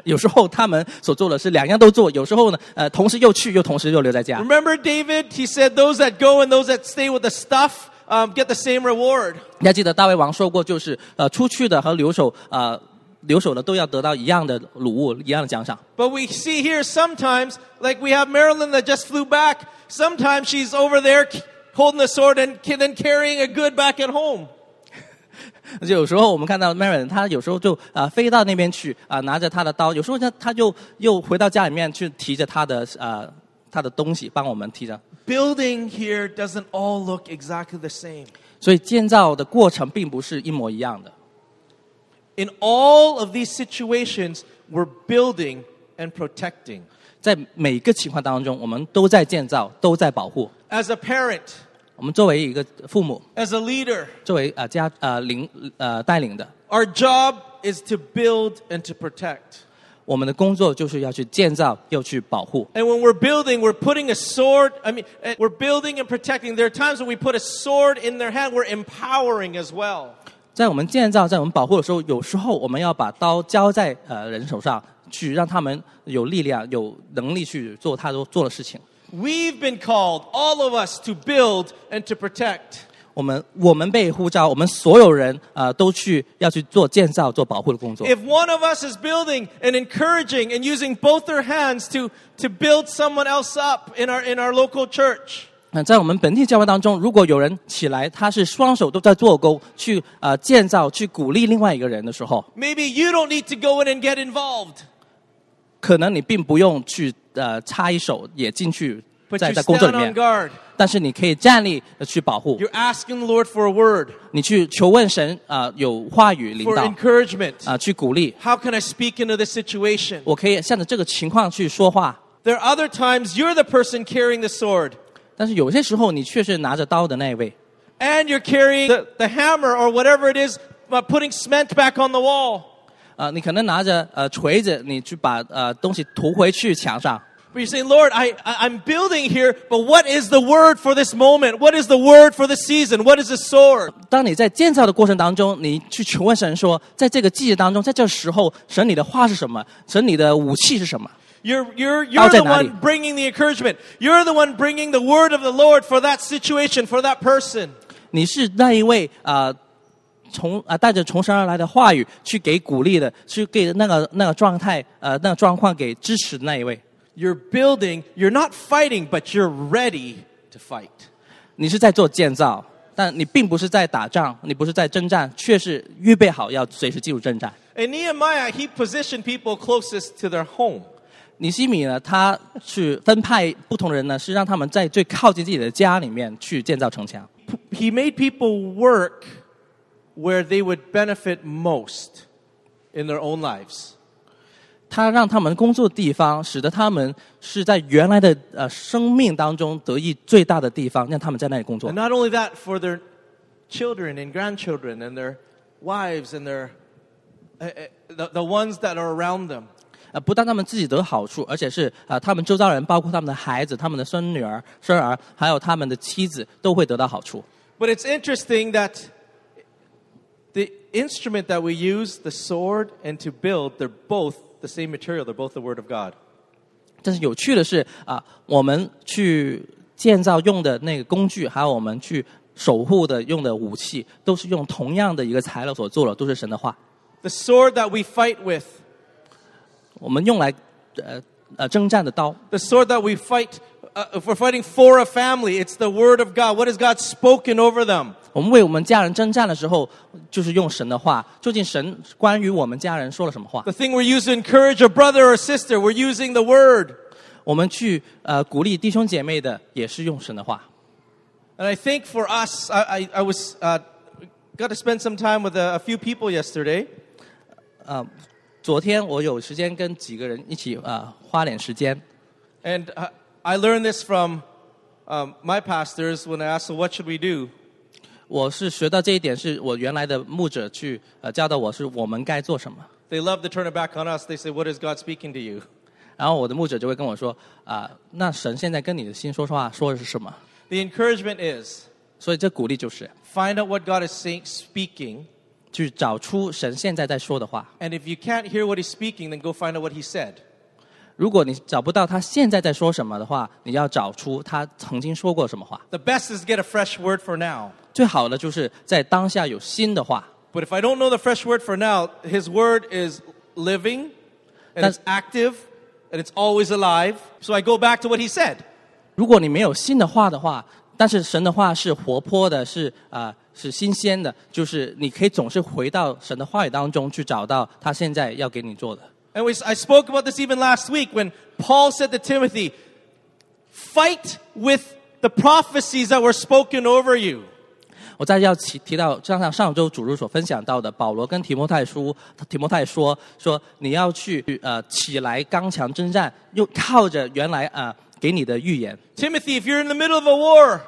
[SPEAKER 2] 有时候他们所做的是两样都做，有时候呢，呃，同时又去，又同时又留在家。
[SPEAKER 1] Remember David? He said, Those that go and those that stay with the stuff um, get the same reward.
[SPEAKER 2] 你还记得大卫王说过，就是呃，出去的和留守，呃，留守的都要得到一样的礼物，一样的奖赏。
[SPEAKER 1] But we see here sometimes, like we have Marilyn that just flew back, sometimes she's over there c- holding the sword and ca- then carrying a good back at home.
[SPEAKER 2] 就有时候我们看到 Maren，他有时候就啊、呃飞到那边去啊、拿着他的刀；有时候他他又又回到家里面去提着他的呃他的东西，帮我们提着。
[SPEAKER 1] Building here doesn't all look exactly the same.
[SPEAKER 2] 所以建造的过程并不是一模一样的。
[SPEAKER 1] In all of these situations, we're building and protecting.
[SPEAKER 2] 在每个情况当中，我们都在建造，都在保护。
[SPEAKER 1] As a parent,
[SPEAKER 2] 我们作为一个父母，
[SPEAKER 1] as a leader,
[SPEAKER 2] 作为呃家呃领呃带领的，
[SPEAKER 1] our job is to build and to protect.
[SPEAKER 2] 我们的工作就是要去建造，又去保护。
[SPEAKER 1] And when we're building, we're putting a sword, I mean, eh, we're building and protecting. There are times when we put a sword in their hand, we're empowering as well.
[SPEAKER 2] 在我们建造、在我们保护的时候，有时候我们要把刀交在呃人手上，去让他们有力量、有能力去做他都做的事情。
[SPEAKER 1] We've been called, all of us, to build and to protect.
[SPEAKER 2] 我们我们被呼召，我们所有人呃都去要去做建造、做保护的工作。
[SPEAKER 1] If one of us is building and encouraging and using both their hands to, to build someone else up in our, in our local church,
[SPEAKER 2] 那在我们本地教会当中，如果有人起来，他是双手都在做工，去呃建造、去鼓励另外一个人的时候，
[SPEAKER 1] maybe you don't need to go in and get involved.
[SPEAKER 2] 可能你并不用去呃插一手也进去
[SPEAKER 1] But
[SPEAKER 2] 在
[SPEAKER 1] you
[SPEAKER 2] 在宫这
[SPEAKER 1] stand
[SPEAKER 2] 里
[SPEAKER 1] on
[SPEAKER 2] 面，
[SPEAKER 1] guard.
[SPEAKER 2] 但是你可以站立呃去保护，
[SPEAKER 1] You're asking the Lord for a word,
[SPEAKER 2] 你去求问神啊、有话语领
[SPEAKER 1] for
[SPEAKER 2] 导啊、
[SPEAKER 1] encouragement.
[SPEAKER 2] 去鼓励，
[SPEAKER 1] How can I speak into this situation?
[SPEAKER 2] 我可以向着这个情况去说话。
[SPEAKER 1] There are other times you're the person carrying the sword,
[SPEAKER 2] 但是有些时候，你却是拿着刀的那一位，
[SPEAKER 1] and you're carrying the, the hammer or whatever it is, uh, putting cement back on the wall.
[SPEAKER 2] 啊，你可能拿着呃锤子，你去把呃东西涂回去墙上。
[SPEAKER 1] But you're saying, Lord, I, I, I'm building here, but what is the word for this moment? What is the word for this season? What is the sword?
[SPEAKER 2] 当你在建造的过程当中，你去求问神说，在这个季节当中，在这时候，神你的话是什么？神你的武器是什么？
[SPEAKER 1] You're, you're, you're the
[SPEAKER 2] 在哪里？
[SPEAKER 1] one bringing the encouragement. You're the one bringing the word of the Lord for that situation, for that person.
[SPEAKER 2] 你是那一位啊、呃从啊、呃带着从神而来的话语去给鼓励的，去给那个那个状态呃那个状况给支持的那一位。
[SPEAKER 1] You're building, you're not fighting, but you're ready to fight.
[SPEAKER 2] 你是在做建造，但你并不是在打仗，你不是在征战，却是预备好要随时进入征战。
[SPEAKER 1] In Nehemiah, he positioned people closest to their home.
[SPEAKER 2] 尼西米呢，他去分派不同的人呢，是让他们在最靠近自己的家里面去建造城墙。
[SPEAKER 1] P- He made people work where they would benefit most in their own lives.
[SPEAKER 2] 他让他们工作的地方，使得他们是在原来的呃生命当中得益最大的地方，让他们在那里工作
[SPEAKER 1] And。not only that, for their children and grandchildren and their wives and their, uh, uh, the, the ones that are around them.
[SPEAKER 2] 呃，不但他们自己得好处，而且是呃他们周遭人，包括他们的孩子、他们的孙女儿、孙儿，还有他们的妻子，都会得到好处。
[SPEAKER 1] But it's interesting that the instrument that we use, the sword and to build, they're both the same material, they're both the Word of God.
[SPEAKER 2] 但是有趣的是啊、我们去建造用的那个工具，还有我们去守护的用的武器，都是用同样的一个材料所做的，都是神的话。
[SPEAKER 1] The sword that we fight with,
[SPEAKER 2] 我们用来呃呃征战的刀，
[SPEAKER 1] the sword that we fight, uh, if we're fighting for a family, it's the Word of God. What has God spoken over them?
[SPEAKER 2] 我们为我们家人征战的时候，就是用神的话。究竟神关于我们家人说了什么话？
[SPEAKER 1] The thing we're used to encourage a brother or sister, we're using the Word.
[SPEAKER 2] 我们去呃鼓励弟兄姐妹的，也是用神的话。
[SPEAKER 1] And I think for us, I, I, I was uh, got to spend some time with a, a few people yesterday.
[SPEAKER 2] 昨天我有时间跟几个人一起呃花点时间，
[SPEAKER 1] And uh, I learned this from um, my pastors when I asked, them, what should we do?
[SPEAKER 2] 我是学到这一点，是我原来的牧者去呃教导我是我们该做什么。
[SPEAKER 1] They love to turn it back on us. They say, what is God speaking to you?
[SPEAKER 2] 然后我的牧者就会跟我说啊、那神现在跟你的心说话说的是什么？
[SPEAKER 1] The encouragement is
[SPEAKER 2] 所以这鼓励就是
[SPEAKER 1] find out what God is saying, speaking.
[SPEAKER 2] 去找出神现在在说的话。
[SPEAKER 1] And if you can't hear what he's speaking, then go find out what he said.
[SPEAKER 2] 如果你找不到他现在在说什么的话，你要找出他曾经说过什么话。
[SPEAKER 1] The best is get a fresh word for now.
[SPEAKER 2] 最好的就是在当下有新的话。
[SPEAKER 1] But if I don't know the fresh word for now, his word is living and
[SPEAKER 2] That's-
[SPEAKER 1] it's active and it's always alive. So I go back to what he said.
[SPEAKER 2] 如果你没有新的话的话，但是神的话是活泼的，是啊、呃是新鲜的，就是你可以总是回到神的话语当中去找到他现在要给你做的。
[SPEAKER 1] And we, I spoke about this even last week when Paul said to Timothy, fight with the prophecies that were spoken over you.
[SPEAKER 2] 我再要提提到，加上上周主日所分享到的，保罗跟提摩太书，提摩太说说你要去呃起来刚强征战，又靠着原来啊、呃给你的预言。
[SPEAKER 1] Timothy, if you're in the middle of a war,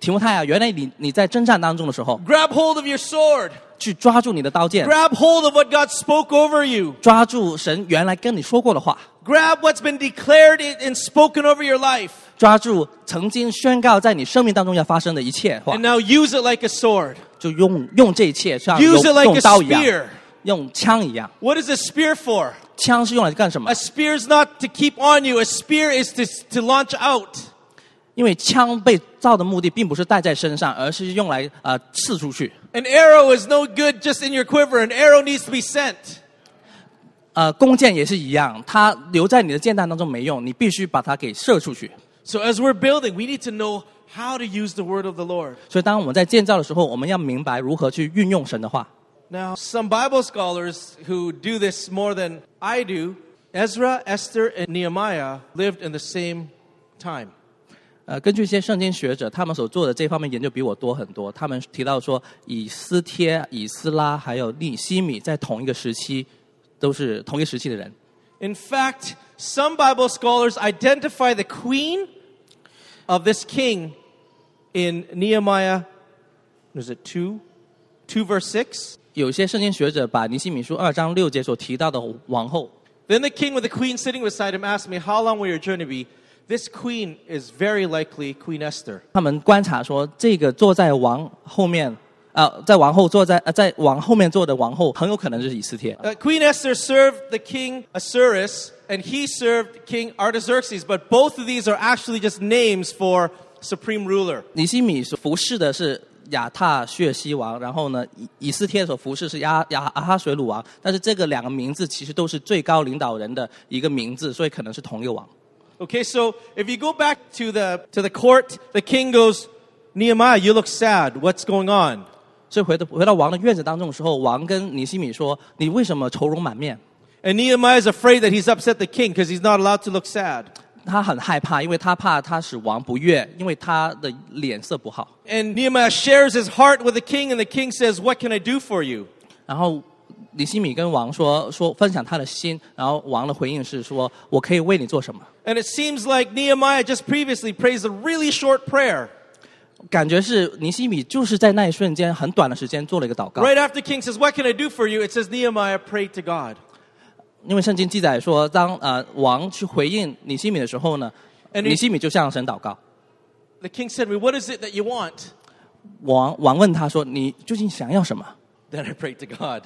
[SPEAKER 2] 提摩太啊，原来你你在征战当中的时候，
[SPEAKER 1] grab hold of your sword.
[SPEAKER 2] 去抓住你的刀剑，
[SPEAKER 1] Grab hold of what God spoke over you.
[SPEAKER 2] 抓住神原来跟你说过的话，
[SPEAKER 1] Grab what's been declared and and spoken over your life.
[SPEAKER 2] 抓住曾经宣告在你生命当中要发生的一切话
[SPEAKER 1] And，now use it like a sword.
[SPEAKER 2] 就用用这一切像
[SPEAKER 1] Use
[SPEAKER 2] 用
[SPEAKER 1] it like
[SPEAKER 2] 用
[SPEAKER 1] a
[SPEAKER 2] 刀一样，
[SPEAKER 1] spear.
[SPEAKER 2] 用枪一样，
[SPEAKER 1] What is a spear for?
[SPEAKER 2] 枪是用来干什么
[SPEAKER 1] A？spear is not to keep on you. A spear is to, to launch out.
[SPEAKER 2] 因为枪被造的目的并不是带在身上，而是用来呃刺出去。
[SPEAKER 1] An arrow is no good just in your quiver. An arrow needs to be sent.
[SPEAKER 2] 呃，弓箭也是一样，它留在你的箭袋当中没用，你必须把它给射出去。
[SPEAKER 1] So as we're building, we need to know how to use the word of the Lord.
[SPEAKER 2] 所以，当我们在建造的时候，我们要明白如何去运用神的话。
[SPEAKER 1] Now, some Bible scholars who do this more than I do, Ezra, Esther, and Nehemiah lived in the same time.
[SPEAKER 2] 呃，根据一些圣经学者，他们所做的这方面研究比我多很多。他们提到说，以斯帖、以斯拉还有利西米在同一个时期都是同一时期的人。
[SPEAKER 1] In fact, some Bible scholars identify the queen of this king in Nehemiah, was it 2? 2 verse 6.
[SPEAKER 2] 有些圣经学者把尼西米书二章六节所提到的王后，
[SPEAKER 1] Then the king with the queen sitting beside him asked me, How long will your journey be? This queen is very likely Queen Esther.
[SPEAKER 2] 他们观察说，这个坐在王后面，呃，在王后坐在呃在王后面坐的王后，很有可能就是以斯帖。
[SPEAKER 1] Uh, queen Esther served the king Assuerus, and he served King Artaxerxes, but both of these are actually just names for supreme ruler.
[SPEAKER 2] 尼西米所服侍的是亚塔血西王，然后呢，以以斯帖所服侍是亚亚阿哈水鲁王，但是这个两个名字其实都是最高领导人的一个名字，所以可能是同一个王。
[SPEAKER 1] Okay, so if you go back to the to the court, the king goes, Nehemiah, you look sad. What's going on?
[SPEAKER 2] 所以回到回到王的院子当中的时候，王跟尼西米说：“你为什么愁容满面
[SPEAKER 1] And Nehemiah is afraid that he's upset the king because he's not allowed to look sad.？”
[SPEAKER 2] 他很害怕，因为他怕他使王不悦，因为他的脸色不好。
[SPEAKER 1] And Nehemiah shares his heart with the king, and the king says, What can I do for you?
[SPEAKER 2] 然后尼西米跟王说说分享他的心，然后王的回应是说：“我可以为你做什么
[SPEAKER 1] And it seems like Nehemiah just previously prays a really short prayer.？”
[SPEAKER 2] 感觉是尼西米就是在那一瞬间很短的时间做了一个祷告，
[SPEAKER 1] Right after the king says, What can I do for you? It says Nehemiah prayed to God.
[SPEAKER 2] 因为圣经记载说，当呃王去回应尼西米的时候呢，
[SPEAKER 1] And he-
[SPEAKER 2] 尼西米就向神祷告。
[SPEAKER 1] The king said to me, What is it that you want?
[SPEAKER 2] 王王问他说：“你究竟想要什么
[SPEAKER 1] Then I prayed to God.？”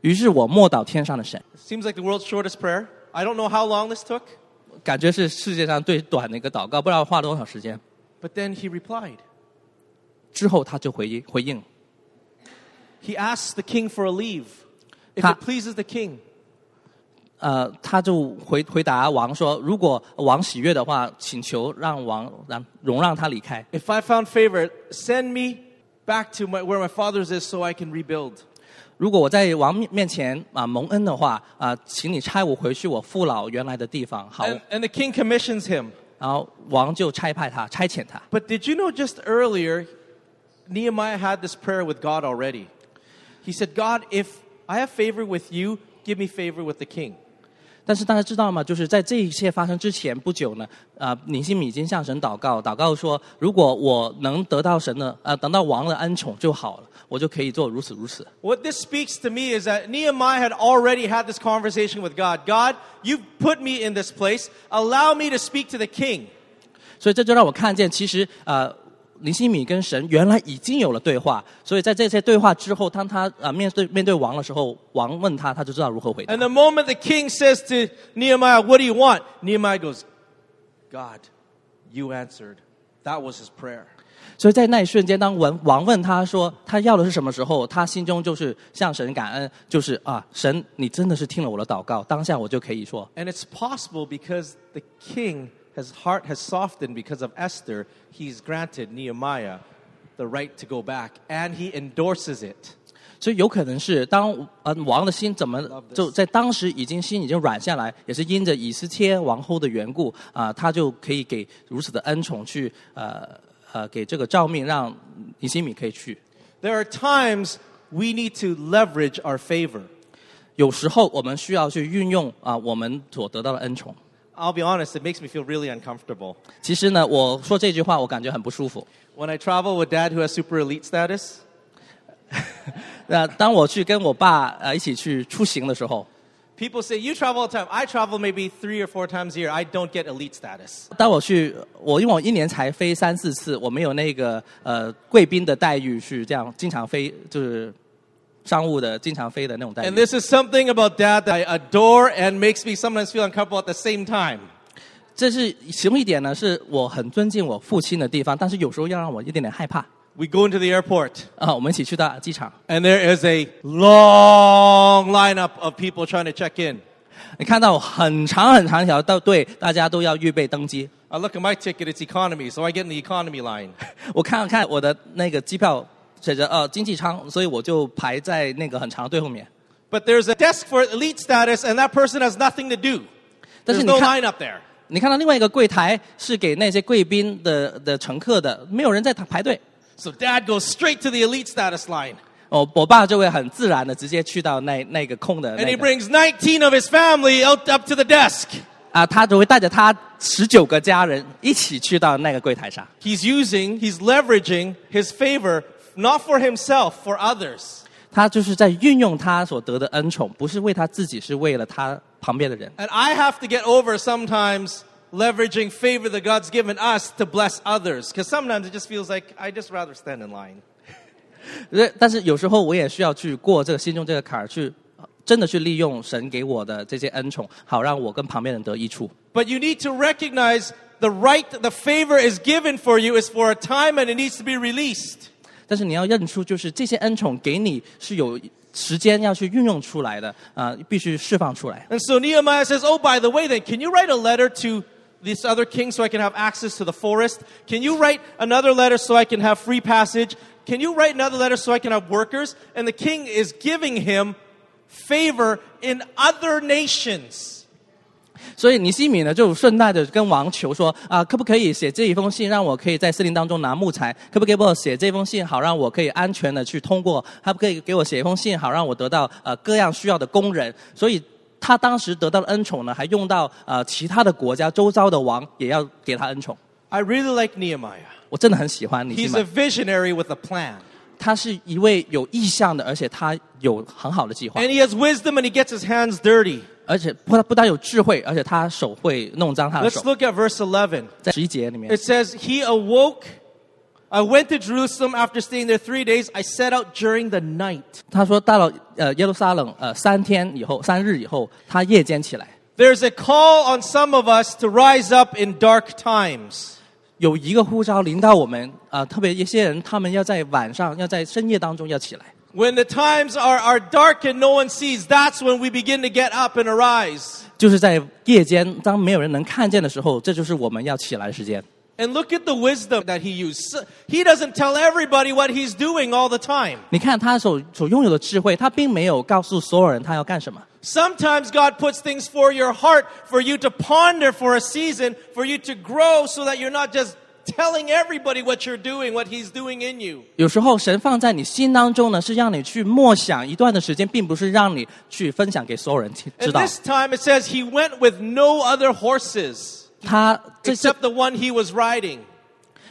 [SPEAKER 2] 于是我默祷天上的神，
[SPEAKER 1] Seems like the world's shortest prayer. I don't know how long this took,
[SPEAKER 2] 感觉是世界上最短的一个祷告，不知道花了多少时间。
[SPEAKER 1] but then he replied.
[SPEAKER 2] 之后他就回应回应，
[SPEAKER 1] He asks the king for a leave. If
[SPEAKER 2] Ta-
[SPEAKER 1] it pleases the king,
[SPEAKER 2] 呃，他就回回答王说：“如果王喜悦的话，请求让王让容让他离开。
[SPEAKER 1] if I found favor, send me back to my, where my father's is so I can rebuild.
[SPEAKER 2] 如果我在王面面前啊蒙恩的话啊，请你差我回去我父老原来的地方。”好，
[SPEAKER 1] And, and the king commissions him.
[SPEAKER 2] 然后王就差派他差遣他。
[SPEAKER 1] But did you know just earlier, Nehemiah had this prayer with God already? He said, God, if I have favor with you, give me favor with the king.
[SPEAKER 2] 但是大家知道吗？就是在这一切发生之前不久呢，啊，尼西米已经向神祷告，祷告说：“如果我能得到神的呃，得到王的恩宠就好了，我就可以做如此如此。”
[SPEAKER 1] What this speaks to me is that Nehemiah had already had this conversation with God. God, you've put me in this place. Allow me to speak to the king.
[SPEAKER 2] 所以这就让我看见，其实呃，尼西米跟神原来已经有了对话，所以在这些对话之后，当他呃面对面对王的时候，王问他，他就知道如何回答
[SPEAKER 1] And。the moment the king says to Nehemiah, What do you want? Nehemiah goes, God, you answered. That was his prayer.
[SPEAKER 2] 所以在那一瞬间，当王王问他说他要的是什么时候，他心中就是向神感恩，就是啊，神，你真的是听了我的祷告，当下我就可以说，
[SPEAKER 1] And it's possible because the king, his heart has softened because of Esther, he's granted Nehemiah the right to go back and he endorses it.
[SPEAKER 2] 所以有可能是当呃王的心怎么就啊在当时已经心已经软下来，也是因着以斯帖王后的缘故啊、他就可以给如此的恩宠去呃呃给这个诏命让尼西米可以去。
[SPEAKER 1] There are times we need to leverage our favor.
[SPEAKER 2] 有时候我们需要去运用啊、我们所得到的恩宠。
[SPEAKER 1] I'll be honest, it makes me feel really uncomfortable.
[SPEAKER 2] 其实呢，我说这句话我感觉很不舒服。
[SPEAKER 1] When I travel with dad who has super elite status,
[SPEAKER 2] 那呃当我去跟我爸呃一起去出行的时候，
[SPEAKER 1] people say, You travel all the time. I travel maybe three or four times a year. I don't get elite status.
[SPEAKER 2] 当我去我因为我一年才飞三四次，我没有那个呃贵宾的待遇去这样经常飞，就是商务的经常飞的那种待
[SPEAKER 1] And
[SPEAKER 2] 遇。
[SPEAKER 1] this is something about dad that I adore and makes me sometimes feel uncomfortable at the same time.
[SPEAKER 2] 这是其中一点呢，是我很尊敬我父亲的地方，但是有时候要让我一点点害怕。
[SPEAKER 1] We go into the airport.
[SPEAKER 2] 啊，我们一起去到机场，
[SPEAKER 1] And there is a long lineup of people trying to check in.
[SPEAKER 2] 你看到很长很长一条道队，大家都要预备登机。
[SPEAKER 1] I look at my ticket, it's economy, so I get in the economy line.
[SPEAKER 2] 我看了看我的那个机票写着呃经济舱，所以我就排在那个很长的队后面。
[SPEAKER 1] But there's a desk for elite status, and that person has nothing to do. There's
[SPEAKER 2] Doesn't
[SPEAKER 1] no
[SPEAKER 2] count-
[SPEAKER 1] lineup there.
[SPEAKER 2] 你看到另外一个柜台是给那些贵宾的的乘客的，没有人在排队。
[SPEAKER 1] So dad goes straight to the elite status line
[SPEAKER 2] 我哦我爸就会很自然的直接去到那那个空的
[SPEAKER 1] and he
[SPEAKER 2] 那个
[SPEAKER 1] brings 19 of his family out up to the desk.
[SPEAKER 2] 啊，他就会带着他十九个家人一起去到那个柜台上。
[SPEAKER 1] He's using, he's leveraging his favor not for himself, for others.
[SPEAKER 2] 他就是在运用他所得的恩宠，不是为他自己，是为了他旁边的人。
[SPEAKER 1] And I have to get over sometimes leveraging favor that God's given us to bless others cuz sometimes it just feels like I just rather stand in line.
[SPEAKER 2] 呃但是有时候我也需要去过这个心中这个坎儿，去呃真的去利用神给我的这些恩宠，好让我跟旁边人得益处。
[SPEAKER 1] But you need to recognize the right, the favor is given for you is for a time and it needs to be released.
[SPEAKER 2] 但是你要认出，就是这些恩宠给你是有时间要去运用出来的，啊、必须释放出来。
[SPEAKER 1] And so Nehemiah says, Oh, by the way, then, can you write a letter to this other king so I can have access to the forest? Can you write another letter so I can have free passage? Can you write another letter so I can have workers? And the king is giving him favor in other nations.
[SPEAKER 2] 所以尼西米呢，就顺带的跟王求说啊、可不可以写这一封信，让我可以在森林当中拿木材？可不可以给我写这封信，好让我可以安全的去通过？可不可以给我写一封信，好让我得到呃各样需要的工人？所以他当时得到的恩宠呢，还用到呃其他的国家周遭的王也要给他恩宠。
[SPEAKER 1] I really like Nehemiah.
[SPEAKER 2] 我真的很喜欢尼西
[SPEAKER 1] He's a
[SPEAKER 2] 米，
[SPEAKER 1] visionary with a plan.
[SPEAKER 2] 他是一位有意向的，而且他有很好的计划，
[SPEAKER 1] And he has wisdom and he gets his hands dirty.
[SPEAKER 2] 而且不不但有智慧，而且他手会弄脏他的
[SPEAKER 1] Let's
[SPEAKER 2] 手。
[SPEAKER 1] look at verse 11.
[SPEAKER 2] 在十一节里面，
[SPEAKER 1] It says, He awoke. I went to Jerusalem after staying there three days. I set out during the night.
[SPEAKER 2] 他说到了呃耶路撒冷呃三天以后三日以后，他夜间起来，
[SPEAKER 1] There's a call on some of us to rise up in dark times.
[SPEAKER 2] 有一个呼召临到我们啊、呃特别一些人他们要在晚上要在深夜当中要起来。
[SPEAKER 1] When the times are, are dark and no one sees, that's when we begin to get up and arise.
[SPEAKER 2] 就是在夜间，当没有人能看见的时候，这就是我们要起来的时间。
[SPEAKER 1] And look at the wisdom that he used. S- He doesn't tell everybody what he's doing all the time.
[SPEAKER 2] 你看他所所拥有的智慧，他并没有告诉所有人他要干什么。
[SPEAKER 1] Sometimes God puts things for your heart for you to ponder for a season, for you to grow so that you're not just telling everybody what you're doing, what he's doing in you.
[SPEAKER 2] 有时候神放在你心当中呢，是让你去默想一段的时间，并不是让你去分享给所有人听知
[SPEAKER 1] And
[SPEAKER 2] 道。
[SPEAKER 1] this time it says he went with no other horses
[SPEAKER 2] 他这这
[SPEAKER 1] except the one he was riding.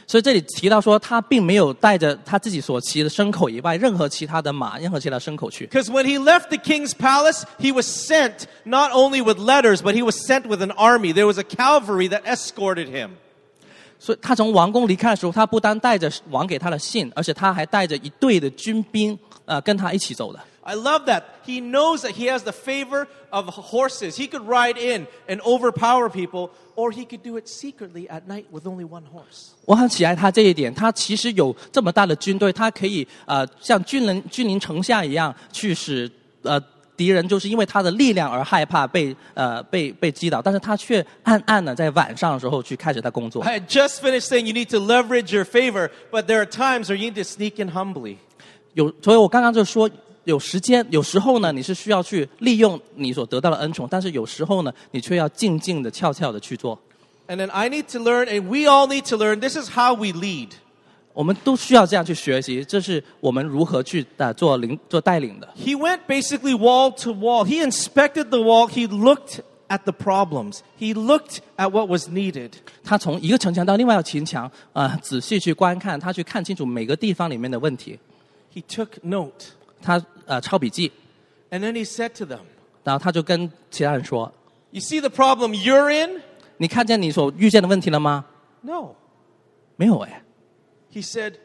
[SPEAKER 2] 所以这里提到说，他并没有带着他自己所骑的牲口以外，任何其他的马，任何其他牲口去。
[SPEAKER 1] Because when he left the king's palace, he was sent not only with letters, but he was sent with an army. There was a cavalry that escorted him.
[SPEAKER 2] 所以他从王宫离开的时候，他不单带着王给他的信，而且他还带着一队的军兵，呃，跟他一起走的。
[SPEAKER 1] I love that. He knows that he has the favor of horses. He could ride in and overpower people, or he could do it secretly at night with only one horse.
[SPEAKER 2] 我很喜爱他这一点，他其实有这么大的军队，他可以呃像军人军临城下一样去使呃敌人就是因为他的力量而害怕被呃被被击倒，但是他却暗暗的在晚上的时候去开始他工作。
[SPEAKER 1] I had just finished saying you need to leverage your favor, but there are times where you need to sneak in humbly.
[SPEAKER 2] 有，所以我刚刚就说，有时间，有时候呢，你是需要去利用你所得到的恩宠，但是有时候呢，你却要静静的、悄悄的去做。
[SPEAKER 1] And then I need to learn, and we all need to learn, this is how we lead.
[SPEAKER 2] 我们都需要这样去学习，这是我们如何去啊做领、做带领的。
[SPEAKER 1] He went basically wall to wall. He inspected the wall. He looked at the problems. He looked at what was needed.
[SPEAKER 2] 他从一个城墙到另外一个城墙，啊，仔细去观看，他去看清楚每个地方里面的问题，
[SPEAKER 1] He took note.
[SPEAKER 2] 他呃抄笔记，
[SPEAKER 1] And then he said to them,
[SPEAKER 2] 然后他就跟其他人说
[SPEAKER 1] You see the problem you're in?：“
[SPEAKER 2] 你看见你所遇见的问题了吗
[SPEAKER 1] No.？”
[SPEAKER 2] 没有哎，
[SPEAKER 1] He said,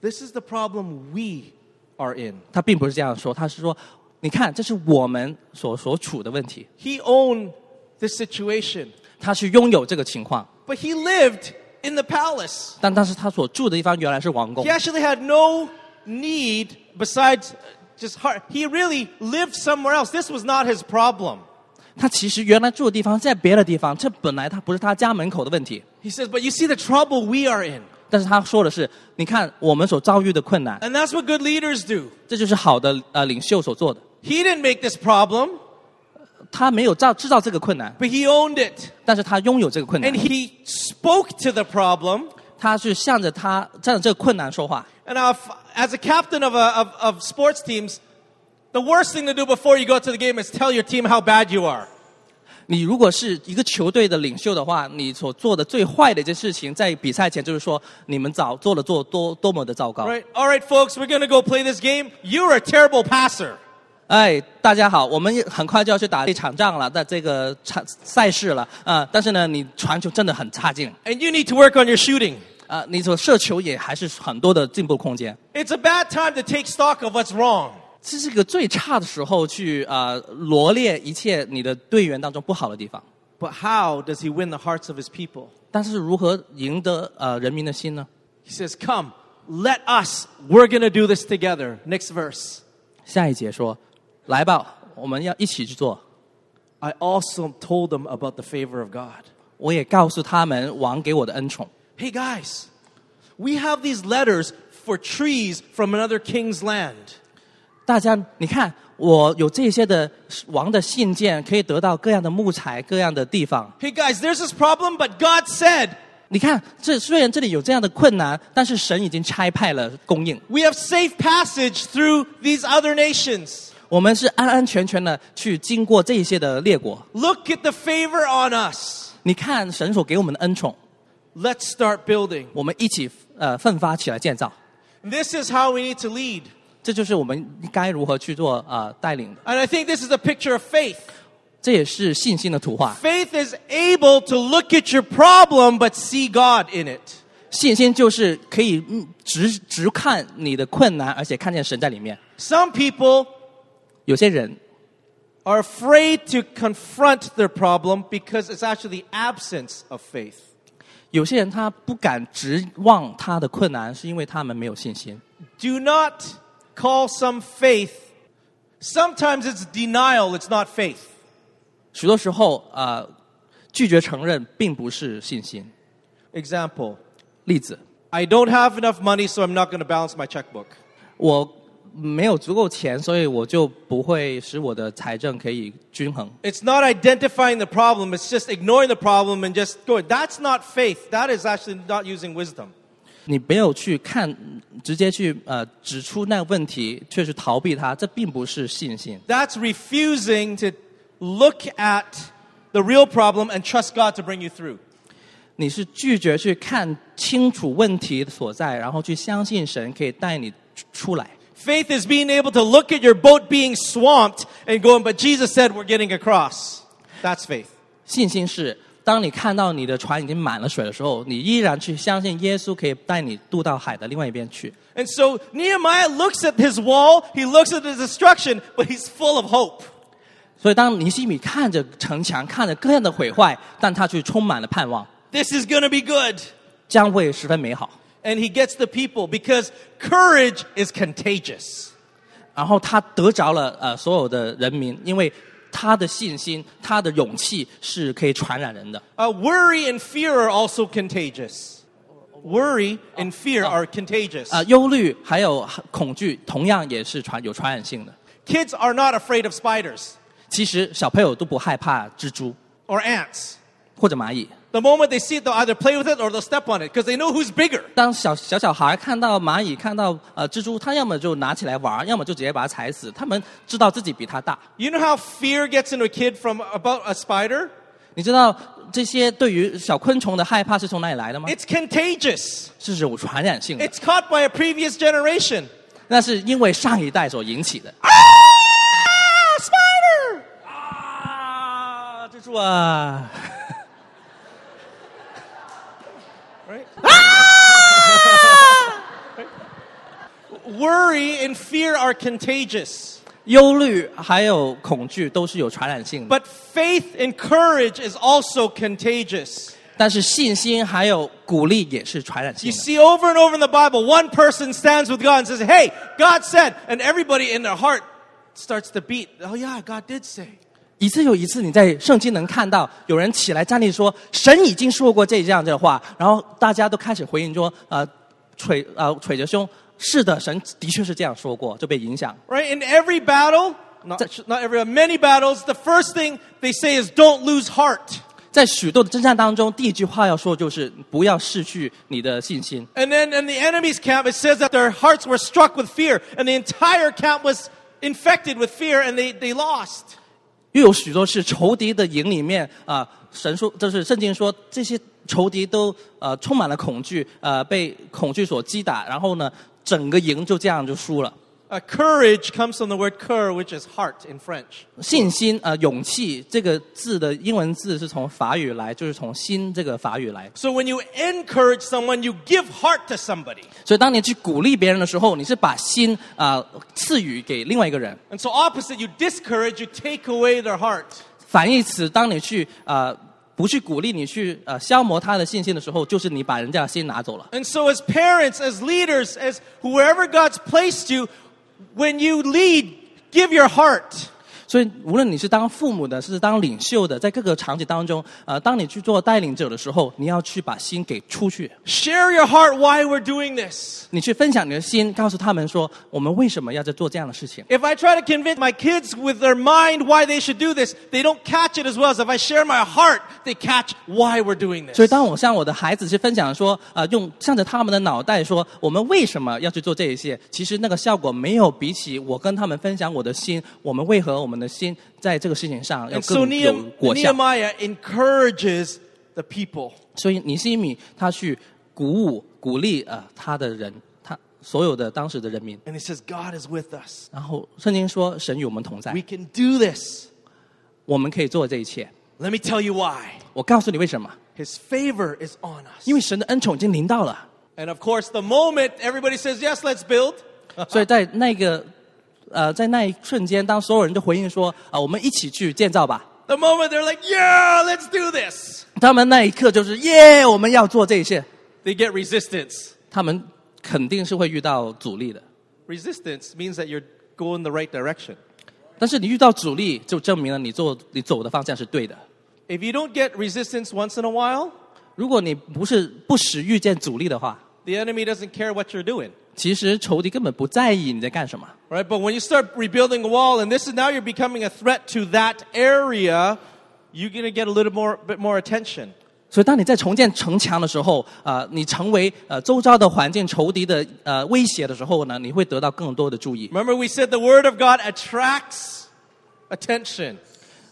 [SPEAKER 1] This is the problem we are in.
[SPEAKER 2] 他并不是这样说，他是说：“你看，这是我们所所处的问题。
[SPEAKER 1] He owned the situation, ”
[SPEAKER 2] 他去拥有这个情况。
[SPEAKER 1] but he lived in the palace.
[SPEAKER 2] 但当时他所住的地方原来是王宫
[SPEAKER 1] He，actually had no need besides just heart. He really lived somewhere else. This was not his problem.
[SPEAKER 2] 他其实原来住的地方在别的地方，这本来他不是他家门口的问题。
[SPEAKER 1] He says, But you see the trouble we are in.
[SPEAKER 2] 但是他说的是，你看我们所遭遇的困难，
[SPEAKER 1] And that's what good leaders do.
[SPEAKER 2] 这就是好的呃领袖所做的。
[SPEAKER 1] He didn't make this problem.
[SPEAKER 2] 他他没有造制造这个困难，
[SPEAKER 1] but he owned it.
[SPEAKER 2] 但是他拥有这个困难
[SPEAKER 1] And，he spoke to the problem.
[SPEAKER 2] 他是向着他向着这个困难说话。
[SPEAKER 1] And I've, as a captain of, a, of, of sports teams, the worst thing to do before you go to the game is tell your team how bad you are.
[SPEAKER 2] 你如果是一个球队的领袖的话，你所做的最坏的一件事情，在比赛前就是说你们早做了做多多么的糟糕。
[SPEAKER 1] Right? All right, folks, we're going to go play this game. You're a terrible passer.
[SPEAKER 2] 哎，大家好，我们也很快就要去打这场仗了，那这个场赛事了啊、但是呢，你传球真的很差劲
[SPEAKER 1] And you need to work on your shooting.
[SPEAKER 2] 啊、你所射球也还是很多的进步空间。
[SPEAKER 1] It's a bad time to take stock of what's wrong.
[SPEAKER 2] 这是一个最差的时候去啊、罗列一切你的队员当中不好的地方，
[SPEAKER 1] But how does he win the hearts of his people?
[SPEAKER 2] 但是如何赢得呃人民的心呢？
[SPEAKER 1] He says, Come, let us. We're going to do this together. Next verse.
[SPEAKER 2] 下一节说，来吧，我们要一起去做。
[SPEAKER 1] I also told them about the favor of God.
[SPEAKER 2] 我也告诉他们王给我的恩宠。
[SPEAKER 1] Hey, guys, we have these letters for trees from another king's land.
[SPEAKER 2] 大家，你看，我有这些的王的信件，可以得到各样的木材、各样的地方。
[SPEAKER 1] Hey, guys, there's this problem, but God said,
[SPEAKER 2] 你看，这虽然这里有这样的困难，但是神已经差派了供应，
[SPEAKER 1] We have safe passage through these other nations.
[SPEAKER 2] 我们是安安全全的去经过这一些的列国。
[SPEAKER 1] Look at the favor on us.
[SPEAKER 2] 你看，神所给我们的恩宠，
[SPEAKER 1] Let's start building.
[SPEAKER 2] 我们一起呃奋发起来建造，
[SPEAKER 1] This is how we need to lead.
[SPEAKER 2] 这就是我们该如何去做啊、呃带领的。
[SPEAKER 1] And I think this is a picture of faith.
[SPEAKER 2] 这也是信心的图画，
[SPEAKER 1] Faith is able to look at your problem but see God in it.
[SPEAKER 2] 信心就是可以嗯直直看你的困难，而且看见神在里面。
[SPEAKER 1] Some people
[SPEAKER 2] 有些人
[SPEAKER 1] are afraid to confront their problem because it's actually the absence of faith.
[SPEAKER 2] 有些人他不敢直望他的困难，是因为他们没有信心。
[SPEAKER 1] Do not call some faith. Sometimes it's denial, it's not faith.
[SPEAKER 2] 许多时候，呃，拒绝承认并不是信心。
[SPEAKER 1] Example
[SPEAKER 2] 例子，
[SPEAKER 1] I don't have enough money, so I'm not going to balance my checkbook.
[SPEAKER 2] 我没有足够钱，所以我就不会使我的财政可以均衡。
[SPEAKER 1] It's not identifying the problem, it's just ignoring the problem and just going. That's not faith. That is actually not using wisdom.
[SPEAKER 2] 你没有去看，直接去呃指出那个问题，却是逃避它，这并不是信心。
[SPEAKER 1] That's refusing to look at the real problem and trust God to bring you through.
[SPEAKER 2] 你是拒绝去看清楚问题所在，然后去相信神可以带你出出来。
[SPEAKER 1] Faith is being able to look at your boat being swamped and going, but Jesus said we're getting across. That's faith.
[SPEAKER 2] 信心是，当你看到你的船已经满了水的时候，你依然去相信耶稣可以带你渡到海的另外一边去。
[SPEAKER 1] And so Nehemiah looks at his wall, he looks at the destruction, but he's full of hope.
[SPEAKER 2] 所以，当尼西米看着城墙，看着各样的毁坏，但他却充满了盼望，
[SPEAKER 1] This is going to be good.
[SPEAKER 2] 将会十分美好。
[SPEAKER 1] And he gets the people because courage is contagious.
[SPEAKER 2] 然后他得着了呃所有的人民，因为他的信心、他的勇气是可以传染人的。
[SPEAKER 1] Uh, worry and fear are also contagious. Worry and fear are contagious.
[SPEAKER 2] 啊、忧虑还有恐惧，同样也是传有传染性的。
[SPEAKER 1] Kids are not afraid of spiders
[SPEAKER 2] 其实小朋友都不害怕蜘蛛
[SPEAKER 1] or ants.
[SPEAKER 2] 或者蚂蚁，
[SPEAKER 1] The moment they see it, they'll either play with it or they'll step on it because they know who's bigger.
[SPEAKER 2] 当小小小孩看到蚂蚁、看到呃蜘蛛，他要么就拿起来玩，要么就直接把它踩死。他们知道自己比他大。
[SPEAKER 1] You know how fear gets into a kid from about a spider?
[SPEAKER 2] 你知道这些对于小昆虫的害怕是从哪里来的吗？
[SPEAKER 1] It's contagious.
[SPEAKER 2] 是有传染性的，
[SPEAKER 1] It's caught by a previous generation.
[SPEAKER 2] 那是因为上一代所引起的。
[SPEAKER 1] Ah, spider!
[SPEAKER 2] 啊，蜘蛛啊！
[SPEAKER 1] Right? Worry and fear are contagious,
[SPEAKER 2] 忧虑还有恐惧都是有传染性的，
[SPEAKER 1] but faith and courage is also contagious.
[SPEAKER 2] 但是信心还有鼓励也是传染
[SPEAKER 1] You
[SPEAKER 2] 性的。
[SPEAKER 1] see over and over in the Bible, one person stands with God and says, Hey, God said, and everybody in their heart starts to beat. Oh, yeah, God did say.
[SPEAKER 2] 一次又一次，你在圣经能看到有人起来站立说：“神已经说过这样的话。”然后大家都开始回应说：“呃，捶呃捶着胸，是的，神的确是这样说过。”就被影响。
[SPEAKER 1] Right? In every battle, Not, not everyone. Many battles, the first thing they say is don't lose heart.
[SPEAKER 2] 在许多的征战当中，第一句话要说就是不要失去你的信心。
[SPEAKER 1] And then in the enemy's camp, it says that their hearts were struck with fear, and the entire camp was infected with fear, and they, they lost.
[SPEAKER 2] 又有许多是仇敌的营里面啊、神说就是圣经说这些仇敌都呃充满了恐惧，呃被恐惧所击打，然后呢整个营就这样就输了。
[SPEAKER 1] Uh, courage comes from the word cur, which is heart in French.
[SPEAKER 2] 信心啊、呃勇气这个字的英文字是从法语来，就是从心这个法语来。
[SPEAKER 1] So when you encourage someone, you give heart to somebody.
[SPEAKER 2] 所以当你去鼓励别人的时候，你是把心啊、呃赐予给另外一个人。
[SPEAKER 1] And so opposite, you discourage, you take away their heart.
[SPEAKER 2] 反义词，当你去啊、呃不去鼓励你去呃消磨他的信心的时候，就是你把人家的心拿走了。
[SPEAKER 1] And so as parents, as leaders, as wherever God's placed you, when you lead, give your heart.
[SPEAKER 2] 所以，无论你是当父母的，是当领袖的，在各个场景当中，呃，当你去做带领者的时候，你要去把心给出去，
[SPEAKER 1] Share your heart why we're doing this.
[SPEAKER 2] 你去分享你的心，告诉他们说，我们为什么要在做这样的事情。
[SPEAKER 1] If I try to convince my kids with their mind why they should do this, they don't catch it as well as if I share my heart, they catch why we're doing this.
[SPEAKER 2] 所以，当我向我的孩子去分享说，呃，用向着他们的脑袋说，我们为什么要去做这一些，其实那个效果没有比起我跟他们分享我的心，我们为何我们的心在这个事情上要
[SPEAKER 1] and so
[SPEAKER 2] 更有
[SPEAKER 1] Nehem-
[SPEAKER 2] 果效。
[SPEAKER 1] Nehemiah encourages the people.
[SPEAKER 2] 所以尼西米他去鼓舞、鼓励呃他的人，他所有的当时的人民。
[SPEAKER 1] And he says, God is with us.
[SPEAKER 2] 然后圣经说，神与我们同在
[SPEAKER 1] We，can do this.
[SPEAKER 2] 我们可以做这一切。
[SPEAKER 1] Let me tell you why.
[SPEAKER 2] 我告诉你为什么，
[SPEAKER 1] His favor is on us.
[SPEAKER 2] 因为神的恩宠已经临到了。
[SPEAKER 1] And of course, the moment everybody says, yes, let's build,
[SPEAKER 2] 所以在那个呃在那一瞬间，当所有人都回应说啊、我们一起去建造吧。
[SPEAKER 1] the moment they're like, yeah, let's do this,
[SPEAKER 2] 他们那一刻就是耶，我们要做这一切。
[SPEAKER 1] they get resistance.
[SPEAKER 2] 他们肯定是会遇到阻力的，
[SPEAKER 1] Resistance means that you're going the right direction.
[SPEAKER 2] 但是你遇到阻力，就证明了你做你走的方向是对的。
[SPEAKER 1] If you don't get resistance once in a while,
[SPEAKER 2] 如果你不是不时遇见阻力的话，
[SPEAKER 1] the enemy doesn't care what you're doing.
[SPEAKER 2] 其实仇敌根本不在意你在干什么。
[SPEAKER 1] Right? But when you start rebuilding a wall and this is now you're becoming a threat to that area, you're going to get a little more bit more attention.
[SPEAKER 2] 所以，当你在重建城墙的时候，啊、你成为呃周遭的环境仇敌的呃威胁的时候呢，你会得到更多的注意。
[SPEAKER 1] Remember we said the word of God attracts attention.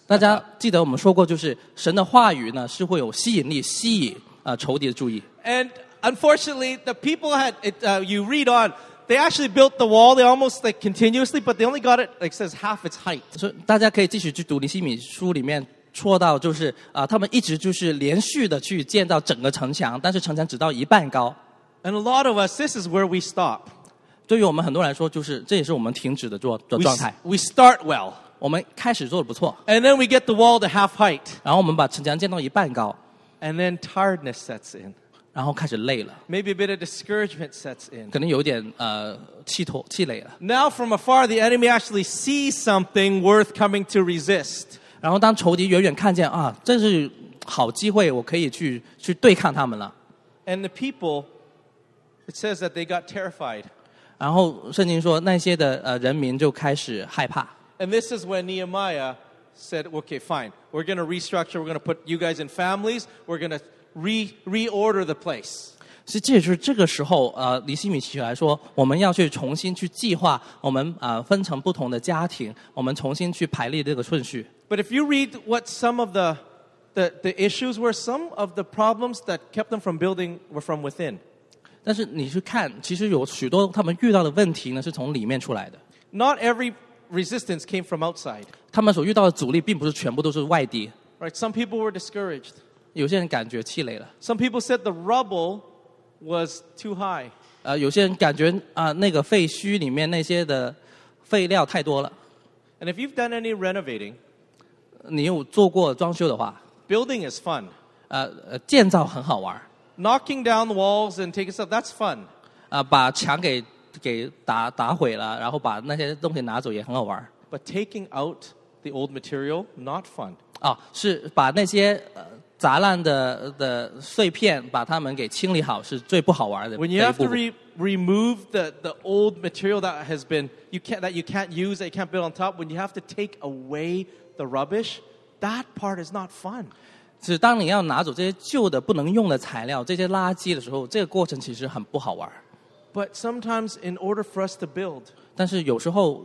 [SPEAKER 2] 大家记得我们说过，就是神的话语呢是会有吸引力，吸引呃仇敌的注意。
[SPEAKER 1] And unfortunately, the people had it, uh, you read on. They actually built the wall. They almost like continuously, but they only got it like says half its height.
[SPEAKER 2] 所以大家可以继续去读尼西米书里面说到，就是啊、他们一直就是连续的去建造整个城墙，但是城墙只到一半高。
[SPEAKER 1] And a lot of us, this is where we stop.
[SPEAKER 2] 对于我们很多人来说，就是这也是我们停止的状的
[SPEAKER 1] We,
[SPEAKER 2] 状
[SPEAKER 1] s-
[SPEAKER 2] 态。
[SPEAKER 1] we start well,
[SPEAKER 2] 我们开始做的不错，
[SPEAKER 1] and then we get the wall to half height,
[SPEAKER 2] 然后我们把城墙建到一半高，
[SPEAKER 1] and then tiredness sets in.
[SPEAKER 2] 然后开始累了，
[SPEAKER 1] Maybe a bit of discouragement sets in.
[SPEAKER 2] 可能有点呃气头气馁了。
[SPEAKER 1] Now, from afar, the enemy actually sees something worth coming to resist.
[SPEAKER 2] 然后当仇敌远远看见啊，这是好机会，我可以去去对抗他们了。
[SPEAKER 1] And the people, it says that they got terrified.
[SPEAKER 2] 然后圣经说那些的呃人民就开始害怕。
[SPEAKER 1] And this is when Nehemiah said, okay, fine. We're going to restructure. We're going to put you guys in families. We're going to re- reorder the place.
[SPEAKER 2] 所以这也就是这个时候，呃，李希米奇来说，我们要去重新去计划，我们呃分成不同的家庭，我们重新去排列这个顺序。
[SPEAKER 1] But if you read what some of the, the, the issues were, some of the problems that kept them from building were from within.
[SPEAKER 2] 但是你去看，其实有许多他们遇到的问题呢，是从里面出来的。
[SPEAKER 1] Not every resistance came from outside,
[SPEAKER 2] 他们所遇到的阻力，并不是全部都是外敌。
[SPEAKER 1] right? Some people were discouraged.
[SPEAKER 2] 有些人感觉气馁了，
[SPEAKER 1] Some people said the rubble was too high.
[SPEAKER 2] 呃，有些人感觉啊、那个废墟里面那些的废料太多了。
[SPEAKER 1] And if you've done any renovating,
[SPEAKER 2] 你有做过装修的话，
[SPEAKER 1] building is fun.
[SPEAKER 2] 呃，呃建造很好玩儿
[SPEAKER 1] Knocking down walls and taking stuff, that's fun.
[SPEAKER 2] 啊、把墙给给打打毁了，然后把那些东西拿走也很好玩儿
[SPEAKER 1] But taking out the old material, not fun.
[SPEAKER 2] 哦啊，是把那些呃杂乱的的碎片，把它们给清理好是最不好玩的。
[SPEAKER 1] When you
[SPEAKER 2] 的
[SPEAKER 1] have
[SPEAKER 2] 一步
[SPEAKER 1] to re- remove the, the old material that has been you can't that you can't use that you can't build on top, when you have to take away the rubbish, that part is not fun.
[SPEAKER 2] 是当你要拿走这些旧的、不能用的材料、这些垃圾的时候，这个过程其实很不好玩儿。
[SPEAKER 1] But sometimes in order for us to build,
[SPEAKER 2] 但是有时候，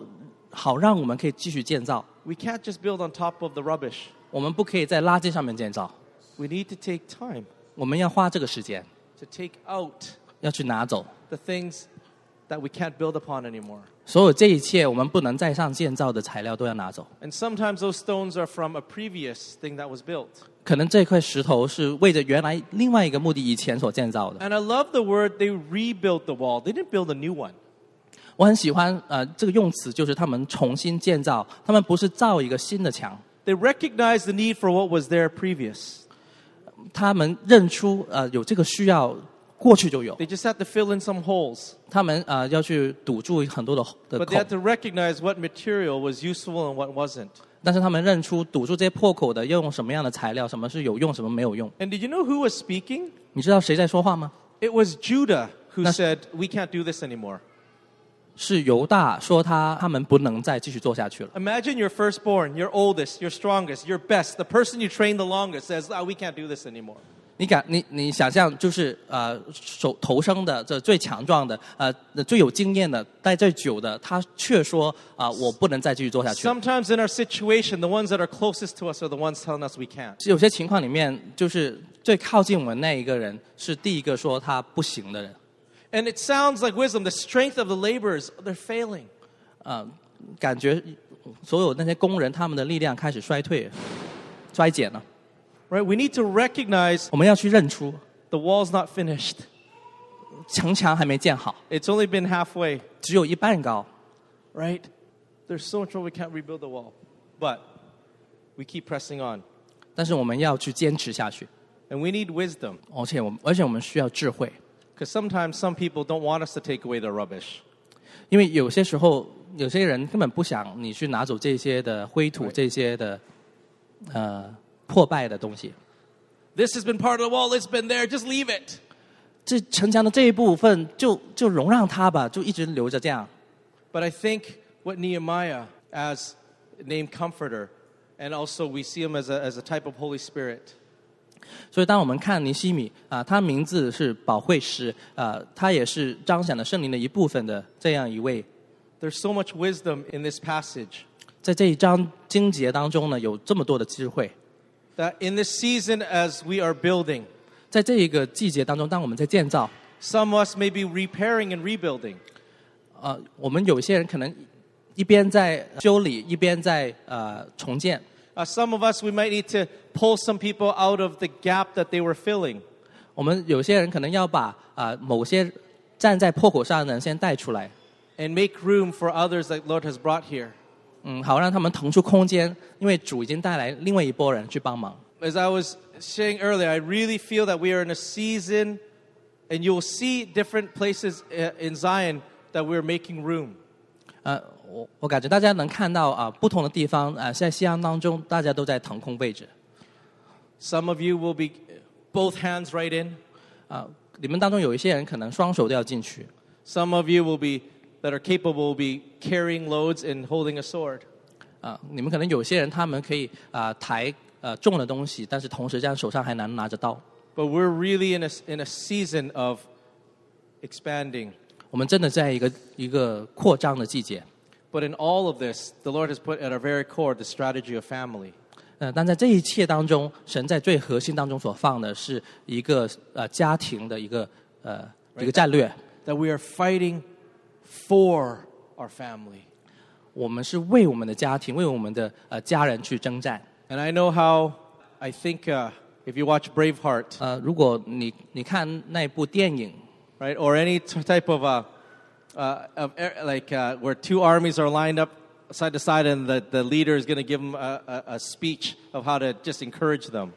[SPEAKER 2] 好让我们可以继续建造，
[SPEAKER 1] we can't just build on top of the rubbish.
[SPEAKER 2] 我们不可以在垃圾上面建造，
[SPEAKER 1] We need to take time
[SPEAKER 2] 我们要花这个时间
[SPEAKER 1] to take out
[SPEAKER 2] 要去拿走。
[SPEAKER 1] the things that we can't build upon anymore.
[SPEAKER 2] 所有这一切我们不能再上建造的材料都要拿走。
[SPEAKER 1] And sometimes those stones are from a previous thing that was built.
[SPEAKER 2] 可能这块石头是为着原来另外一个目的以前所建造的。
[SPEAKER 1] And I love the word they rebuilt the wall. They didn't build a new one.
[SPEAKER 2] 我很喜欢呃这个用词，就是他们重新建造，他们不是造一个新的墙，
[SPEAKER 1] They recognized the need for what was there previous.
[SPEAKER 2] 他们认出呃有这个需要，过去就有，
[SPEAKER 1] They just had to fill in some holes.
[SPEAKER 2] 他们呃要去堵住很多的的
[SPEAKER 1] But they
[SPEAKER 2] 孔
[SPEAKER 1] had，to recognize what material was useful and what wasn't.
[SPEAKER 2] 但是他们认出堵住这些破口的要用什么样的材料，什么是有用，什么没有用。
[SPEAKER 1] And did you know who was speaking?
[SPEAKER 2] 你知道谁在说话吗？
[SPEAKER 1] It was Judah who
[SPEAKER 2] That's-
[SPEAKER 1] said, We can't do this anymore.
[SPEAKER 2] 是犹大说他他们不能再继续做下去了。
[SPEAKER 1] Imagine your firstborn, your oldest, your strongest, your best, the person you trained the longest says, ah, We can't do this anymore.
[SPEAKER 2] 你敢你你想象就是呃手头生的这最强壮的呃最有经验的待最久的，他却说啊、我不能再继续做下去了。
[SPEAKER 1] Sometimes in our situation, the ones that are closest to us are the ones telling us we can't.
[SPEAKER 2] 有些情况里面，就是最靠近我们那一个人是第一个说他不行的人。
[SPEAKER 1] And it sounds like wisdom. The strength of the laborers, they're failing.
[SPEAKER 2] 啊，感觉所有那些工人他们的力量开始衰退、衰减了。
[SPEAKER 1] Right? We need to recognize
[SPEAKER 2] 我们要去认出，
[SPEAKER 1] the wall's not finished.
[SPEAKER 2] 城墙还没建好，
[SPEAKER 1] It's only been halfway.
[SPEAKER 2] 只有一半高。
[SPEAKER 1] Right? There's so much more we can't rebuild the wall. But we keep pressing on.
[SPEAKER 2] 但是我们要去坚持下去，
[SPEAKER 1] And we need wisdom.
[SPEAKER 2] 而且我们而且我们需要智慧，
[SPEAKER 1] Because sometimes some people don't want us to take away their rubbish.
[SPEAKER 2] 因为有些时候有些人根本不想你去拿走这些的灰土、这些的呃破败的东西。
[SPEAKER 1] This has been part of the wall. It's been there. Just leave it.
[SPEAKER 2] 这城墙的这一部分就就容让它吧，就一直留着这样。
[SPEAKER 1] But I think what Nehemiah, as named Comforter, and also we see him as a, as a type of Holy Spirit,
[SPEAKER 2] 所以，当我们看尼西米啊，他名字是保惠师，啊，他也是彰显了圣灵的一部分的这样一位。
[SPEAKER 1] there's so much wisdom in this passage
[SPEAKER 2] 在这一章经节当中呢，有这么多的智慧。
[SPEAKER 1] that in this season, as we are building,
[SPEAKER 2] 在这一个季节当中，当我们在建造，
[SPEAKER 1] some of us may be repairing and rebuilding.
[SPEAKER 2] 呃，我们有些人可能一边在修理，一边在呃重建。
[SPEAKER 1] Uh, some of us, we might need to pull some people out of the gap that they were filling.
[SPEAKER 2] 我们有些人可能要把啊、呃某些站在破口上的人先带出来，
[SPEAKER 1] and make room for others that Lord has brought here.
[SPEAKER 2] 嗯，好让他们腾出空间，因为主已经带来另外一波人去帮忙。
[SPEAKER 1] As I was saying earlier, I really feel that we are in a season, and you'll see different places uh, in Zion that we're making room.
[SPEAKER 2] 呃，我我感觉大家能看到啊、不同的地方啊、在西安当中，大家都在腾空位置
[SPEAKER 1] Some of you will be both hands right in.
[SPEAKER 2] 啊、你们当中有一些人可能双手都要进去，
[SPEAKER 1] Some of you will be that are capable will be carrying loads and holding a sword.
[SPEAKER 2] 啊、你们可能有些人他们可以啊、抬呃重的东西，但是同时这样手上还能拿着刀。
[SPEAKER 1] But we're really in a, in a season of expanding.
[SPEAKER 2] 我们真的在一个一个扩张的季节，
[SPEAKER 1] But in all of this, the Lord has put at our very core the strategy of family.
[SPEAKER 2] 呃，但在这一切当中，神在最核心当中所放的是一个呃家庭的一个呃一个战略，
[SPEAKER 1] that we are fighting for our family.
[SPEAKER 2] 我们是为我们的家庭，为我们的呃家人去征战。
[SPEAKER 1] And I know how, I think uh, if you watch Braveheart,
[SPEAKER 2] 呃，如果你你看那部电影，
[SPEAKER 1] right, or any t- type of, uh, uh, of air- like uh, where two armies are lined up side to side and the, the leader is going to give them a, a, a speech of how to just encourage them.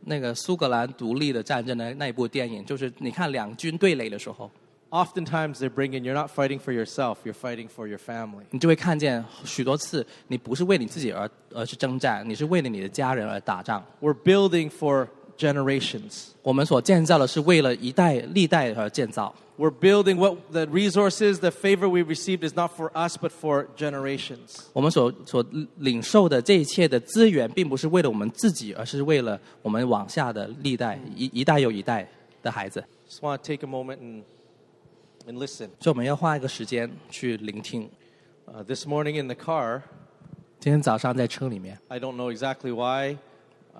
[SPEAKER 2] 那个苏格兰独立的战争的那一部电影，就是你看两军对垒的时候，
[SPEAKER 1] oftentimes they bring in, you're not fighting for yourself, you're fighting for your family.
[SPEAKER 2] 你就会看见许多次，你不是为你自己而而去征战，你是为了你的家人而打仗。
[SPEAKER 1] We're building for generations.
[SPEAKER 2] 我们所建造的是为了一代历代而建造，
[SPEAKER 1] We're building what the resources, the favor we received is not for us, but for generations.
[SPEAKER 2] 我们所所领受的这一切的资源，并不是为了我们自己，而是为了我们往下的历代一一代又一代的孩子。
[SPEAKER 1] Just want to take a moment and, and listen.
[SPEAKER 2] 所以我们要花一个时间去聆听。
[SPEAKER 1] Uh, this morning in the car,
[SPEAKER 2] 今天早上在车里面，
[SPEAKER 1] I don't know exactly why,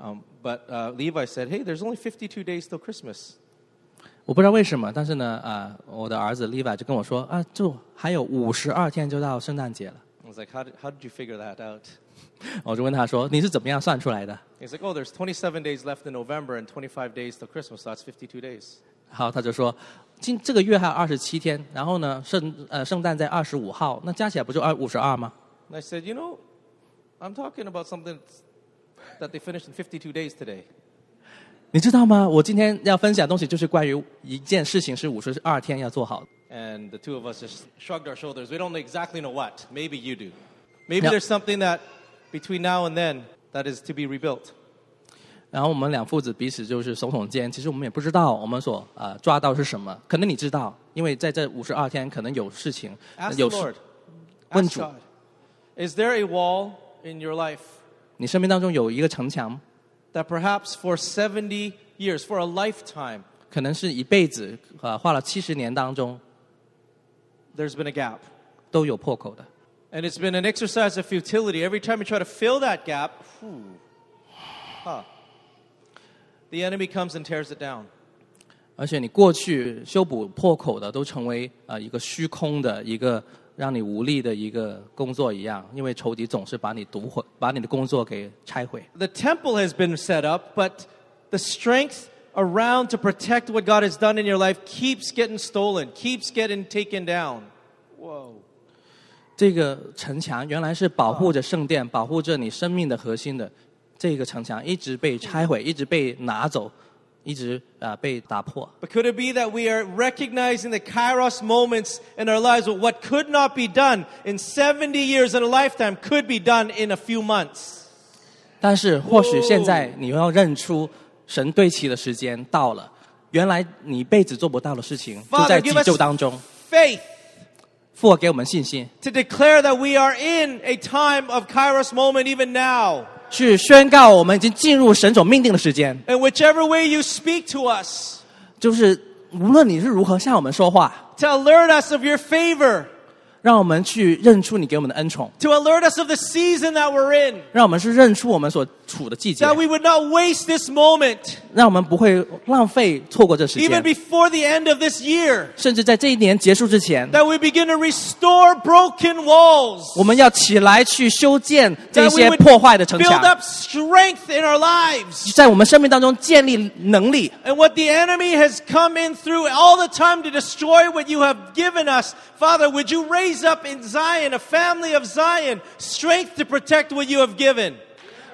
[SPEAKER 1] um, but uh, Levi said, Hey, there's only 52 days till Christmas.
[SPEAKER 2] 我不知道为什么，但是呢，啊、我的儿子 Levi 就跟我说啊，就还有五十二天就到圣诞节了。
[SPEAKER 1] I was like, How did, how did you figure that out?
[SPEAKER 2] 我就问他说，你是怎么样算出来的？
[SPEAKER 1] He's like, Oh, there's 27 days left in November and 25 days till Christmas, so that's 52 days.
[SPEAKER 2] 然后他就说，今这个月还有二十七天，然后呢，圣呃圣诞在二十五号，那加起来不就二五十二吗？
[SPEAKER 1] And I said, You know, I'm talking about something that's- that they finished in 52 days today.
[SPEAKER 2] 你知道吗？我今天要分享的东西就是关于一件事情是五十二天要做好的。
[SPEAKER 1] And the two of us just shrugged our shoulders. We don't exactly know what. Maybe you do. Maybe
[SPEAKER 2] Yeah.
[SPEAKER 1] there's something that between now and then that is to be rebuilt.
[SPEAKER 2] 然后我们两父子彼此就是耸耸肩，其实我们也不知道我们所呃抓到是什么，可能你知道，因为在这五十二天可能有事情，
[SPEAKER 1] Ask
[SPEAKER 2] 有
[SPEAKER 1] the
[SPEAKER 2] 事
[SPEAKER 1] Lord.
[SPEAKER 2] 问
[SPEAKER 1] Ask
[SPEAKER 2] 主
[SPEAKER 1] God. Is there a wall in your life
[SPEAKER 2] 你生命当中有一个城墙，
[SPEAKER 1] that perhaps for 70 years, for a lifetime,
[SPEAKER 2] 可能是一辈子呃花了七十年当中
[SPEAKER 1] there's been a gap?
[SPEAKER 2] 都有破口的。
[SPEAKER 1] And it's been an exercise of futility. Every time you try to fill that gap, phew, huh, the enemy comes and tears it down.
[SPEAKER 2] 而且你过去修补破口的，都成为呃一个虚空的一个让你无力的一个工作一样，因为仇敌总是把你夺毁，把你的工作给拆毁。
[SPEAKER 1] The temple has been set up, but the strength around to protect what God has done in your life keeps getting stolen, keeps getting taken down. Whoa.
[SPEAKER 2] 这个城墙原来是保护着圣殿，保护着你生命的核心的，这个城墙一直被拆毁，一直被拿走，一直啊、呃被打破。
[SPEAKER 1] But could it be that we are recognizing the kairos moments in our lives where what could not be done in 70 years in a lifetime could be done in a few months?
[SPEAKER 2] 但是或许现在你要认出神对齐的时间到了，原来你一辈子做不到的事情，就
[SPEAKER 1] Father,
[SPEAKER 2] 在急
[SPEAKER 1] give us
[SPEAKER 2] 救当中。
[SPEAKER 1] faith
[SPEAKER 2] 父我给我们信心，
[SPEAKER 1] to declare that we are in a time of kairos moment even now.
[SPEAKER 2] 去宣告我们已经进入神所命定的时间，
[SPEAKER 1] And whichever way you speak to us,
[SPEAKER 2] 就是无论你是如何向我们说话，
[SPEAKER 1] to alert us of your favor,
[SPEAKER 2] 让我们去认出你给我们的恩宠，
[SPEAKER 1] to alert us of the season that we're in,
[SPEAKER 2] 让我们是认出我们所处的季节，
[SPEAKER 1] that we would not waste this moment
[SPEAKER 2] 让我们不会浪费错过这时
[SPEAKER 1] even
[SPEAKER 2] 间，
[SPEAKER 1] before the end of this year,
[SPEAKER 2] 甚至在这一年结束之前，
[SPEAKER 1] that we begin to restore broken walls.
[SPEAKER 2] 我们要起来去修建这
[SPEAKER 1] That we
[SPEAKER 2] 些
[SPEAKER 1] would
[SPEAKER 2] 破坏的城
[SPEAKER 1] build
[SPEAKER 2] 墙，
[SPEAKER 1] up strength in our lives.
[SPEAKER 2] 在我们生命当中建立能力。
[SPEAKER 1] And what the enemy has come in through all the time to destroy what you have given us, Father, would you raise up in Zion, a family of Zion, strength to protect what you have given?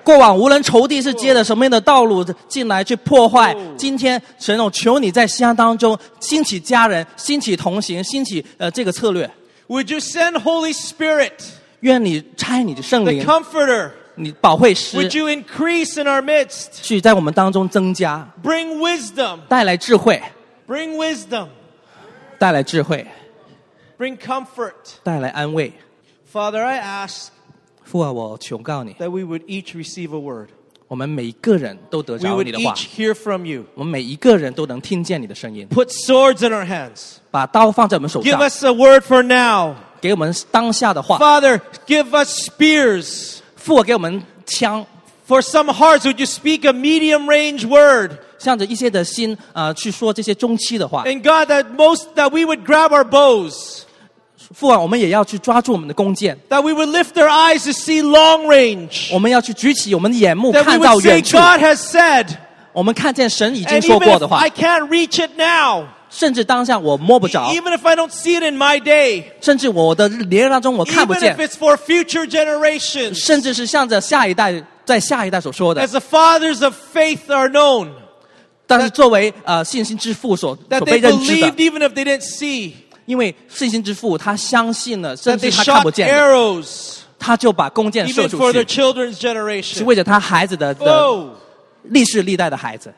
[SPEAKER 2] 过往无论仇敌是接着什么样的道路进来去破坏，今天神我求你在西安当中兴起家人，兴起同行，兴起呃这个策略。
[SPEAKER 1] Would you send Holy Spirit,
[SPEAKER 2] 愿你差你的圣
[SPEAKER 1] the
[SPEAKER 2] 灵，
[SPEAKER 1] Comforter?
[SPEAKER 2] 你保惠师
[SPEAKER 1] Would you increase in our midst?
[SPEAKER 2] 去在我们当中增加，
[SPEAKER 1] Bring wisdom,
[SPEAKER 2] 带来智慧，
[SPEAKER 1] bring wisdom,
[SPEAKER 2] 带来智慧，
[SPEAKER 1] bring comfort.
[SPEAKER 2] 带来安慰。
[SPEAKER 1] Father, I ask
[SPEAKER 2] 父啊，我求告你，
[SPEAKER 1] that we would each receive a word.
[SPEAKER 2] 我们每一个人都得
[SPEAKER 1] We
[SPEAKER 2] 着
[SPEAKER 1] would
[SPEAKER 2] 你的话
[SPEAKER 1] each，hear from you.
[SPEAKER 2] 我们每一个人都能听见你的声音。
[SPEAKER 1] Put swords in our hands.
[SPEAKER 2] 把刀放在我们手
[SPEAKER 1] Give
[SPEAKER 2] 上，
[SPEAKER 1] us a word for now.
[SPEAKER 2] 给我们当下的话。
[SPEAKER 1] Father, give us spears.
[SPEAKER 2] 父啊，给我们枪，
[SPEAKER 1] For some hearts, would you speak a medium range word?
[SPEAKER 2] 向着一些的心啊、呃去说这些中期的话。
[SPEAKER 1] And God, that most, that we would grab our bows,
[SPEAKER 2] 父啊，我们也要去抓住我们的弓箭，
[SPEAKER 1] that we would lift our eyes to see long range,
[SPEAKER 2] 我们要去举起我们的眼目，
[SPEAKER 1] that we
[SPEAKER 2] Oh, 看到
[SPEAKER 1] would say,
[SPEAKER 2] 远处。
[SPEAKER 1] God has said,
[SPEAKER 2] 我们看见神已经
[SPEAKER 1] and
[SPEAKER 2] 说
[SPEAKER 1] even
[SPEAKER 2] 过
[SPEAKER 1] if
[SPEAKER 2] 的话
[SPEAKER 1] I，can't reach it now,
[SPEAKER 2] 甚至当下我摸不着，
[SPEAKER 1] even if I don't see it in my day,
[SPEAKER 2] 甚至我的年龄当中我 Oh, 看不
[SPEAKER 1] even
[SPEAKER 2] 见
[SPEAKER 1] if，it's for future generations,
[SPEAKER 2] 甚至是向着下一代，在下一代所说的
[SPEAKER 1] as，the fathers of faith are known,
[SPEAKER 2] 但是作为呃信心之父所所
[SPEAKER 1] that
[SPEAKER 2] 被
[SPEAKER 1] they
[SPEAKER 2] 认知的
[SPEAKER 1] believed，even if they didn't see,
[SPEAKER 2] 因为信心之父他相信了，甚
[SPEAKER 1] that
[SPEAKER 2] 至
[SPEAKER 1] they
[SPEAKER 2] 他看
[SPEAKER 1] shot
[SPEAKER 2] 不见的，
[SPEAKER 1] arrows
[SPEAKER 2] 他就把弓 箭射
[SPEAKER 1] even for
[SPEAKER 2] 出
[SPEAKER 1] their
[SPEAKER 2] 去，
[SPEAKER 1] children's
[SPEAKER 2] 是
[SPEAKER 1] generation.
[SPEAKER 2] 为着他孩子的的
[SPEAKER 1] Whoa!
[SPEAKER 2] 历世历代的孩子。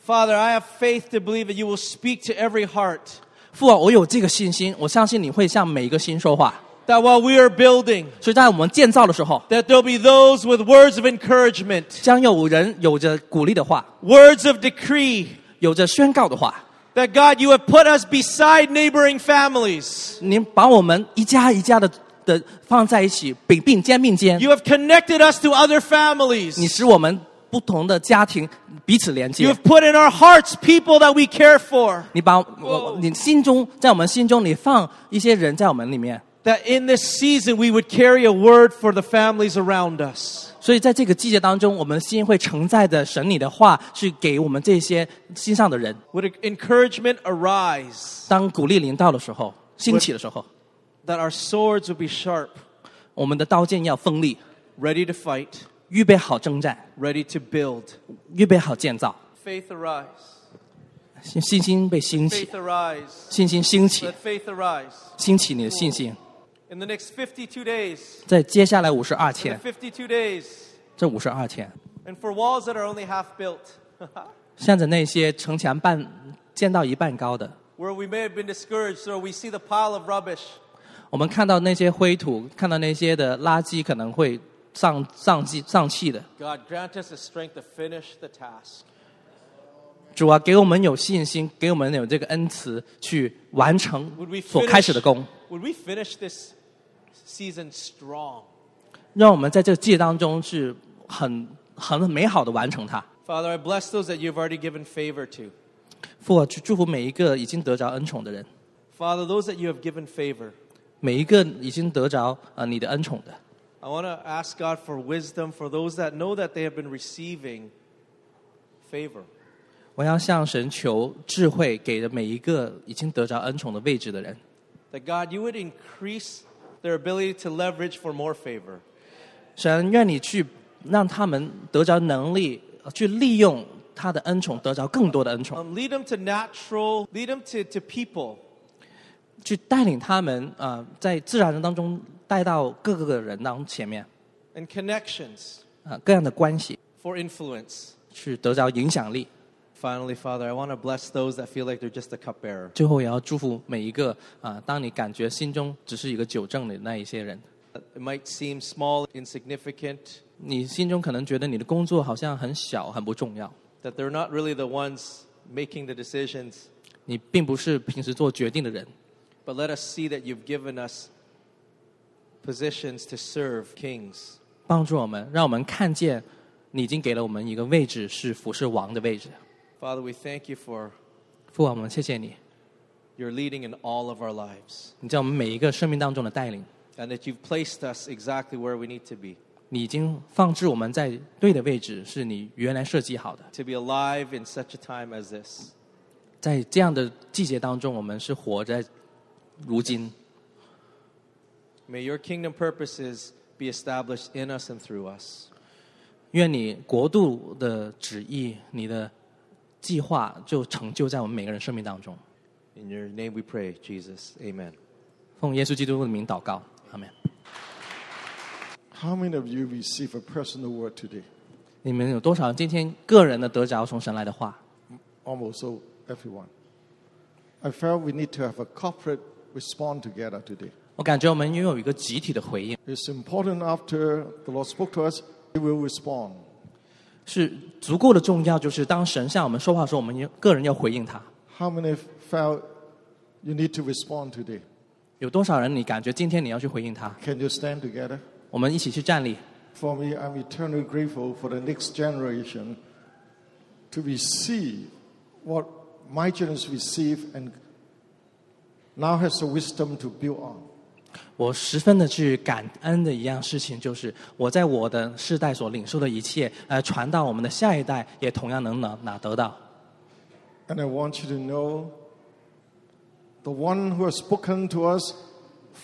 [SPEAKER 1] Father, I have faith to believe that you will speak to every heart.
[SPEAKER 2] 父啊，我有这个信心，我相信你会向每一个心说话。
[SPEAKER 1] That while we are building,
[SPEAKER 2] 所以在我们建造的时候，
[SPEAKER 1] that there'll be those with words of encouragement,
[SPEAKER 2] 将有人有着鼓励的话，
[SPEAKER 1] words of decree,
[SPEAKER 2] 有着宣告的话。
[SPEAKER 1] that God, you have put us beside neighboring families.
[SPEAKER 2] 您把我们一家一家的的放在一起，并并肩并肩，
[SPEAKER 1] You have connected us to other
[SPEAKER 2] 你
[SPEAKER 1] families.
[SPEAKER 2] 使我们不同的家庭彼此连
[SPEAKER 1] You
[SPEAKER 2] 接
[SPEAKER 1] have。put in our hearts people that we care for.
[SPEAKER 2] 你把我，你心中，在我们心中，你放一些人在我们里面，
[SPEAKER 1] That in this season we would carry a word for the families around us.
[SPEAKER 2] 所以在这个季节当中，我们心会承载着神你的话，去给我们这些心上的人。
[SPEAKER 1] Would encouragement arise?
[SPEAKER 2] 当鼓励临到的时候，兴起的时候，
[SPEAKER 1] That our swords would be sharp,
[SPEAKER 2] 我们的刀剑要锋利，
[SPEAKER 1] ready to fight,
[SPEAKER 2] 预备好征战，
[SPEAKER 1] ready to build.
[SPEAKER 2] 预备好建造，
[SPEAKER 1] Faith arise.
[SPEAKER 2] 信信心被兴起
[SPEAKER 1] Faith，arise.
[SPEAKER 2] 信心兴起
[SPEAKER 1] Let，faith arise.
[SPEAKER 2] 兴起你的信心。
[SPEAKER 1] In the next 52 days,
[SPEAKER 2] 在接下来五十二
[SPEAKER 1] in the
[SPEAKER 2] 天，
[SPEAKER 1] 52 days,
[SPEAKER 2] 这五十二天，
[SPEAKER 1] and for walls that are only half built,
[SPEAKER 2] 向着那些城墙半建到一半高的，
[SPEAKER 1] where we may have been discouraged or we see the pile of rubbish,
[SPEAKER 2] 我们看到那些灰土，看到那些的垃圾，可能会上上气上气的。
[SPEAKER 1] God grant us the strength to finish the task.
[SPEAKER 2] 主啊，给我们有信心，给我们有这个恩慈，去完成
[SPEAKER 1] Would we
[SPEAKER 2] 所开始
[SPEAKER 1] finish,
[SPEAKER 2] 的工，
[SPEAKER 1] would we finish this season strong?
[SPEAKER 2] 让我们在这个季当中是很很美好的完成它。
[SPEAKER 1] Father, I bless those that you've already given favor to.
[SPEAKER 2] 父啊，去祝福每一个已经得着恩宠的人，
[SPEAKER 1] Father, those that you have given favor,
[SPEAKER 2] 每一个已经得着呃你的恩宠的。
[SPEAKER 1] I want to ask God for wisdom for those that know that they have been receiving favor.
[SPEAKER 2] 我要向神求智慧，给了每一个已经得着恩宠的位置的人。
[SPEAKER 1] That God, you would increase their ability to leverage for more favor.
[SPEAKER 2] 神，愿你去让他们得着能力，呃去利用他的恩宠，得着更多的恩宠，
[SPEAKER 1] Um, lead them to natural, lead them to, to people.
[SPEAKER 2] 去带领他们呃，在自然人当中带到各个的人当前面，
[SPEAKER 1] and connections
[SPEAKER 2] 啊，各样的关系，
[SPEAKER 1] for influence.
[SPEAKER 2] 去得着影响力。
[SPEAKER 1] Finally, Father, I want to bless those that feel like they're just a cupbearer.
[SPEAKER 2] 最后，也要祝福每一个啊、呃当你感觉心中只是一个酒政的那一些人，
[SPEAKER 1] It might seem small, insignificant,
[SPEAKER 2] 你心中可能觉得你的工作好像很小，很不重要，
[SPEAKER 1] that they're not really the ones making the decisions,
[SPEAKER 2] 你并不是平时做决定的人，
[SPEAKER 1] but let us see that you've given us positions to serve kings.
[SPEAKER 2] 帮助我们，让我们看见你已经给了我们一个位置，是服侍王的位置。
[SPEAKER 1] Father, we thank you for
[SPEAKER 2] 父啊，我们谢谢你，
[SPEAKER 1] your leading in all of our lives
[SPEAKER 2] 你在我们每一个生命当中的带领，
[SPEAKER 1] and that you've placed us exactly where we need to be
[SPEAKER 2] 你已经放置我们在对的位置，是你原来设计好的。
[SPEAKER 1] to be alive in such a time as this.
[SPEAKER 2] 在这样的季节当中，我们是活在如今，
[SPEAKER 1] May your kingdom purposes be established in us and through us.
[SPEAKER 2] 愿你国度的旨意，你的计划就成就在我们每个人生命当中。
[SPEAKER 1] In your name we pray, Jesus. Amen.
[SPEAKER 2] 奉耶稣基督的名祷告，阿门。
[SPEAKER 3] How many of you receive a personal word today?
[SPEAKER 2] 你们有多少人今天个人的得着从神来的话？
[SPEAKER 3] Almost so everyone. I felt we need to have a corporate response together today.
[SPEAKER 2] 我感觉我们拥有一个集体的回应，
[SPEAKER 3] It's important after the Lord spoke to us, we will respond.
[SPEAKER 2] 是足够的重要。就是当神向我们说话的时候，我们个人要回应他。
[SPEAKER 3] How many felt you need to respond today?
[SPEAKER 2] 有多少人你感觉今天你要去回应他？
[SPEAKER 3] Can you stand together?
[SPEAKER 2] 我们一起去站立。
[SPEAKER 3] For me, I'm eternally grateful for the next generation to receive what my generation received and now has the wisdom to build on.
[SPEAKER 2] 我十分的去感恩的一样事情，就是我在我的世代所领受的一切，呃，传到我们的下一代，也同样能拿拿得到。
[SPEAKER 3] And I want you to know the one who has spoken to us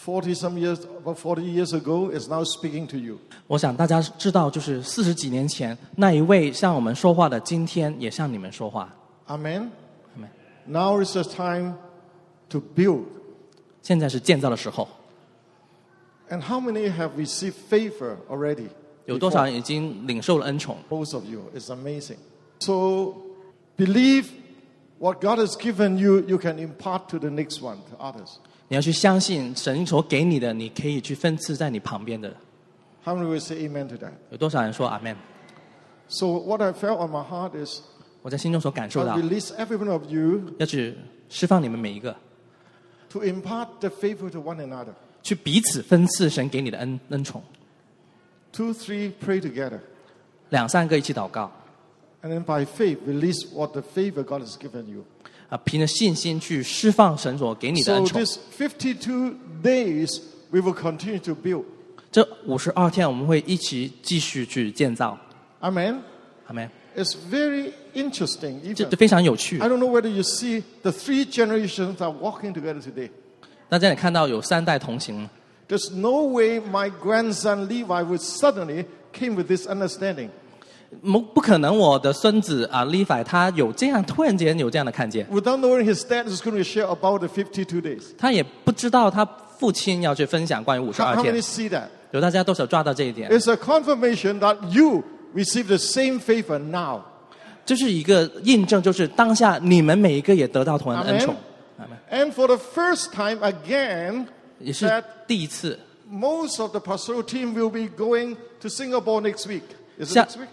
[SPEAKER 3] 40 some years, about 40 years ago, is now speaking to you.
[SPEAKER 2] 我想大家知道，就是四十几年前那一位向我们说话的，今天也向你们说话。
[SPEAKER 3] Amen?
[SPEAKER 2] Amen.
[SPEAKER 3] Now is the time to build.
[SPEAKER 2] 现在是建造的时候，
[SPEAKER 3] And how many have received favor already?
[SPEAKER 2] 有多少人已经领受了恩宠？
[SPEAKER 3] Most of you. It's amazing. So believe what God has given you, you can impart to the next one, to others.
[SPEAKER 2] 你要去相信神所给你的，你可以去分赐在你旁边的。
[SPEAKER 3] How many will say amen to that?
[SPEAKER 2] 有多少人说阿 m
[SPEAKER 3] So what I felt on my heart is
[SPEAKER 2] 我在心中所感受
[SPEAKER 3] I
[SPEAKER 2] 到，
[SPEAKER 3] release every one of you
[SPEAKER 2] 要去释放你们每一个，
[SPEAKER 3] to impart the favor to one another.
[SPEAKER 2] 去彼此分赐神给你的恩恩宠。
[SPEAKER 3] Two, three, pray together.
[SPEAKER 2] 两三个一起祷告
[SPEAKER 3] And then by faith, release what the favor God has given you.
[SPEAKER 2] 啊，凭着信心去释放神所给你的
[SPEAKER 3] So
[SPEAKER 2] 恩宠。
[SPEAKER 3] this 52 days, we will continue to build.
[SPEAKER 2] 这五十二天我们会一起继续去建造，
[SPEAKER 3] Amen.
[SPEAKER 2] 阿门。
[SPEAKER 3] It's very interesting.
[SPEAKER 2] 这
[SPEAKER 3] Even
[SPEAKER 2] 这非常有趣
[SPEAKER 3] I。don't know whether you see the three generations are walking together today.
[SPEAKER 2] 大家也看到有三代同行，
[SPEAKER 3] There's no way my grandson Levi would suddenly came with this understanding.
[SPEAKER 2] 不不可能我的孙子啊 l e v 他有这样突然间有这样的看见，
[SPEAKER 3] Without knowing his dad is going to share about the 52 days.
[SPEAKER 2] 他也不知道他父亲要去分享关于五十
[SPEAKER 3] How,
[SPEAKER 2] 二
[SPEAKER 3] how
[SPEAKER 2] 天
[SPEAKER 3] many，see that?
[SPEAKER 2] 有大家多少抓到这一点？
[SPEAKER 3] It's a confirmation that you receive the same favor now.
[SPEAKER 2] 这是一个印证，就是当下你们每一个也得到同样的恩宠，
[SPEAKER 3] And for the first time again,
[SPEAKER 2] 也是
[SPEAKER 3] that
[SPEAKER 2] 第一次。
[SPEAKER 3] most of the pastoral team will be going to Singapore next week. Is it
[SPEAKER 2] Sa-
[SPEAKER 3] next week?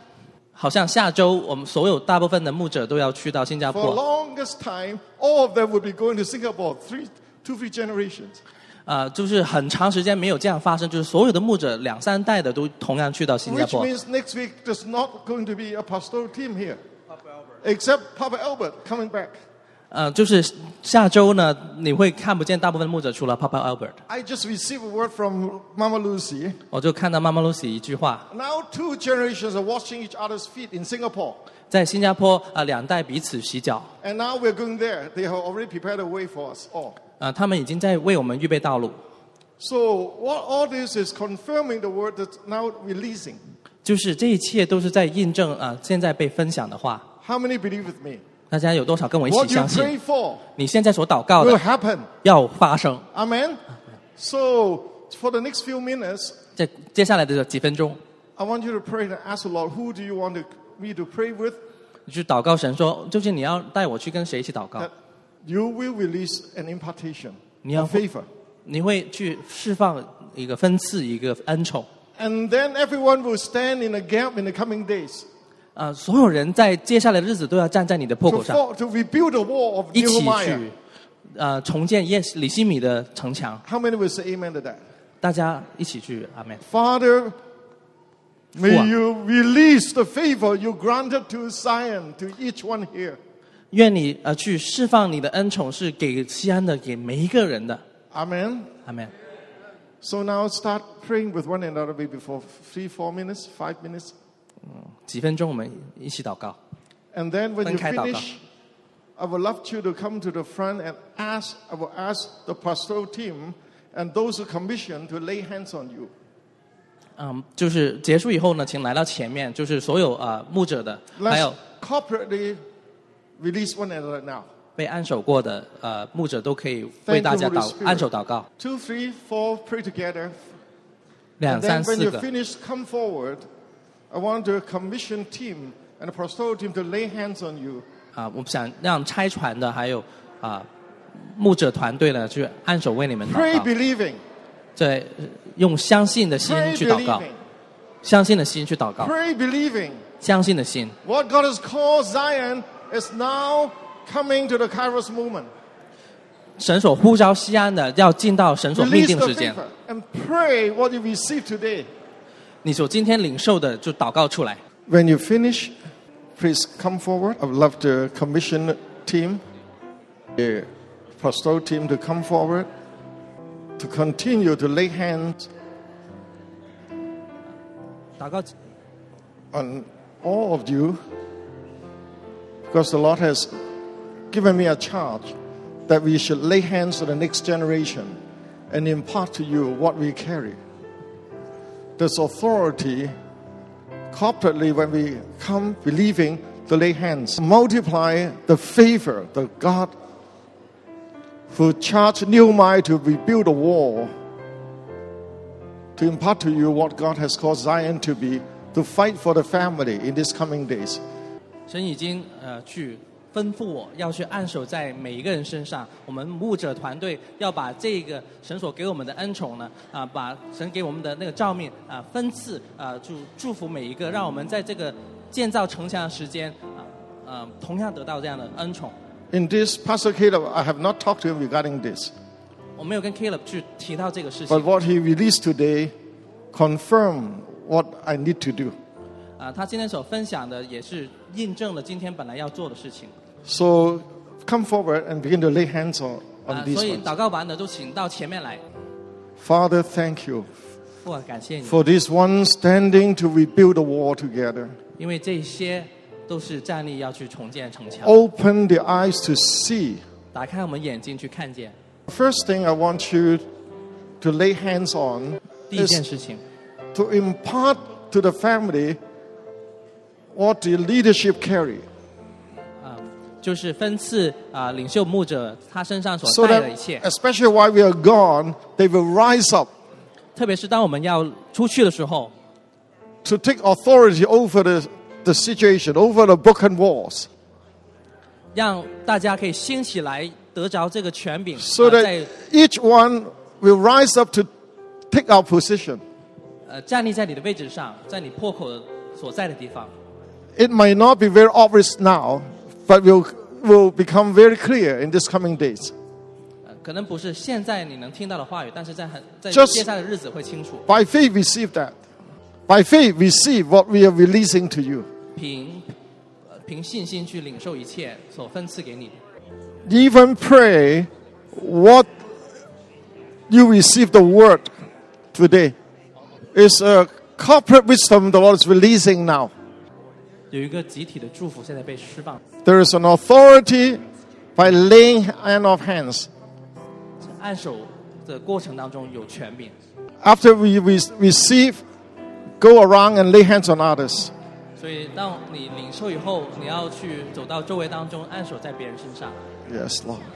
[SPEAKER 2] 好像下周我们所有大部分的牧者都要去到新加
[SPEAKER 3] For the
[SPEAKER 2] 坡，
[SPEAKER 3] longest time, all of them will be going to Singapore, three, two, three generations.
[SPEAKER 2] 啊，就是很长时间没有这样发生，就是所有的牧者两三代的都同样去到新加
[SPEAKER 3] Which
[SPEAKER 2] 坡。
[SPEAKER 3] means next week there's not going to be a pastoral team here. Except Papa Albert coming back.
[SPEAKER 2] 呃，就是下周呢，你会看不见大部分的牧者，除了 Papa Albert。
[SPEAKER 3] I just received a word from Mama Lucy.
[SPEAKER 2] 我就看到妈妈 Lucy 一句话，
[SPEAKER 3] Now two generations are washing each other's feet in Singapore.
[SPEAKER 2] 在新加坡啊、呃两代彼此洗脚，
[SPEAKER 3] And now we're going there. They have already prepared a way for us all.
[SPEAKER 2] 啊、他们已经在为我们预备道路。
[SPEAKER 3] So what all this is confirming the word that's now releasing.
[SPEAKER 2] 就是这一切都是在印证啊、呃现在被分享的话，
[SPEAKER 3] How many believe with me?
[SPEAKER 2] 大家有多少跟我一起
[SPEAKER 3] What you
[SPEAKER 2] 相
[SPEAKER 3] pray
[SPEAKER 2] 信？
[SPEAKER 3] for
[SPEAKER 2] 你现在所祷告
[SPEAKER 3] will
[SPEAKER 2] 的
[SPEAKER 3] happen.
[SPEAKER 2] 要发生，
[SPEAKER 3] Amen. So for the next few minutes,
[SPEAKER 2] 在接下来的几分钟，
[SPEAKER 3] I want you to pray and ask the Lord, who do you want to, me to pray with?
[SPEAKER 2] 你去祷告神说，究竟你要带我去跟谁一起祷告
[SPEAKER 3] That？you will release an impartation,
[SPEAKER 2] Yeah.
[SPEAKER 3] a favor.
[SPEAKER 2] 你会去释放一个分赐一个恩宠，
[SPEAKER 3] And then everyone will stand in a gap in the coming days
[SPEAKER 2] 啊、所有人在接下来的日子都要站在你的破
[SPEAKER 3] to,
[SPEAKER 2] 口上，
[SPEAKER 3] fall, to rebuild the wall of
[SPEAKER 2] 一起
[SPEAKER 3] Nehemiah.
[SPEAKER 2] 去呃重建耶斯里西米的城墙。
[SPEAKER 3] How many will say amen to that?
[SPEAKER 2] 大家一起去阿门。
[SPEAKER 3] Father, may
[SPEAKER 2] Fuck.
[SPEAKER 3] you release the favor you granted to Zion, to each one here.
[SPEAKER 2] 愿你呃去释放你的恩宠，是给西安的，给每一个人的。
[SPEAKER 3] Amen.
[SPEAKER 2] 阿门。
[SPEAKER 3] So now start praying with one another maybe for three, four minutes, five minutes.
[SPEAKER 2] 几分钟，我们一起祷告。
[SPEAKER 3] And then when you
[SPEAKER 2] 分开祷告。
[SPEAKER 3] finish, I would love you to come to the front and ask, I will ask the pastoral team and those who commission to lay hands on you.
[SPEAKER 2] 嗯，就是结束以后呢，请来到前面，就是所有啊、呃牧者的，还有
[SPEAKER 3] Let's corporately release one another now.
[SPEAKER 2] 被按手过的呃牧者都可以为大家
[SPEAKER 3] Thank you,
[SPEAKER 2] 祷
[SPEAKER 3] Holy Spirit
[SPEAKER 2] 按手祷告。
[SPEAKER 3] Two, three, four, pray together.
[SPEAKER 2] 两
[SPEAKER 3] And
[SPEAKER 2] 三
[SPEAKER 3] then when
[SPEAKER 2] 四
[SPEAKER 3] you
[SPEAKER 2] 个，
[SPEAKER 3] finish, come forward. I want the commission team and the pastoral team to lay hands on you.
[SPEAKER 2] 啊、我想让拆船的还有啊、牧者团队呢去按手为你们
[SPEAKER 3] Pray
[SPEAKER 2] 祷告，
[SPEAKER 3] believing.
[SPEAKER 2] 对，用相信的心
[SPEAKER 3] Pray
[SPEAKER 2] 去祷告，
[SPEAKER 3] believing.
[SPEAKER 2] 相信的心去祷告，
[SPEAKER 3] Pray believing.
[SPEAKER 2] 相信的心。
[SPEAKER 3] What God has called Zion is now coming to the Kairos movement.
[SPEAKER 2] 神所呼召西安的，要进到神所命
[SPEAKER 3] Release
[SPEAKER 2] 定
[SPEAKER 3] the
[SPEAKER 2] 时间。
[SPEAKER 3] favor and pray what you receive today.
[SPEAKER 2] 你所今天领受的，就祷告出来。
[SPEAKER 3] When you finish, please come forward. I would love the commission team, the pastoral team to come forward to continue to lay hands
[SPEAKER 2] 祷告
[SPEAKER 3] on all of you because the Lord has given me a charge that we should lay hands on the next generation and impart to you what we carry. There's authority corporately when we come believing to lay hands. Multiply the favor, the God who charged Nehemiah to rebuild a wall, to impart to you what God has called Zion to be, to fight for the family in these coming days.
[SPEAKER 2] 神已经呃去吩咐我要去按手在每一个人身上。我们牧者团队要把这个神所给我们的恩宠呢，啊、把神给我们的那个照命啊、分赐啊、祝祝福每一个，让我们在这个建造城墙的时间啊、呃，同样得到这样的恩宠。
[SPEAKER 3] In this, Pastor Caleb, I have not talked to him regarding this,
[SPEAKER 2] 我没有跟 Caleb 去提到这个事情
[SPEAKER 3] but，what he released today confirmed what I need to do.
[SPEAKER 2] 啊、他今天所分享的也是印证了今天本来要做的事情。
[SPEAKER 3] So come forward and begin to lay hands on,
[SPEAKER 2] 啊、
[SPEAKER 3] on these
[SPEAKER 2] 所以
[SPEAKER 3] ones.
[SPEAKER 2] 祷告完了就请到前面来。
[SPEAKER 3] Father, thank you
[SPEAKER 2] 父啊，感谢你，
[SPEAKER 3] for these ones standing to rebuild the wall together.
[SPEAKER 2] 因为这些都是站立要去重建城
[SPEAKER 3] 哦
[SPEAKER 2] 墙。
[SPEAKER 3] Open the eyes to see.
[SPEAKER 2] 打开我们眼睛去看见
[SPEAKER 3] First thing I want you to lay hands on
[SPEAKER 2] 第一件
[SPEAKER 3] is
[SPEAKER 2] 事情，
[SPEAKER 3] to impart to the family what the leadership carry
[SPEAKER 2] 就是分赐啊、领袖牧者他身上所
[SPEAKER 3] so
[SPEAKER 2] 带的一
[SPEAKER 3] that
[SPEAKER 2] 切，
[SPEAKER 3] especially while we are gone they will rise up
[SPEAKER 2] 特别是当我们要出去的时候，
[SPEAKER 3] to take authority over the, the situation over the broken walls
[SPEAKER 2] 让大家可以兴起来得着这个权柄，
[SPEAKER 3] so
[SPEAKER 2] 呃在
[SPEAKER 3] that each one will rise up to take our position.
[SPEAKER 2] 呃站立在你的位置上，在你破口所在的地方。
[SPEAKER 3] It may not be very obvious now, but will will become very clear in these coming days.
[SPEAKER 2] 呃可能不是现在你能听到的话语，但是在很在
[SPEAKER 3] Just-
[SPEAKER 2] 接下来的日子会清楚。
[SPEAKER 3] By faith, receive that. By faith, receive what we are releasing to you.
[SPEAKER 2] 凭呃凭信心去领受一切所分赐给你的，
[SPEAKER 3] Even pray what you receive the word today. It's a corporate wisdom the Lord is releasing now.
[SPEAKER 2] 有一个集体的祝福现在被释放。
[SPEAKER 3] There is an authority by laying hand of hands.
[SPEAKER 2] 按手的过程当中有权柄，
[SPEAKER 3] After we re- receive, go around and lay hands on others.
[SPEAKER 2] 所以当你领受以后，你要去走到周围当中，按手在别人身上。
[SPEAKER 3] Yes, Lord.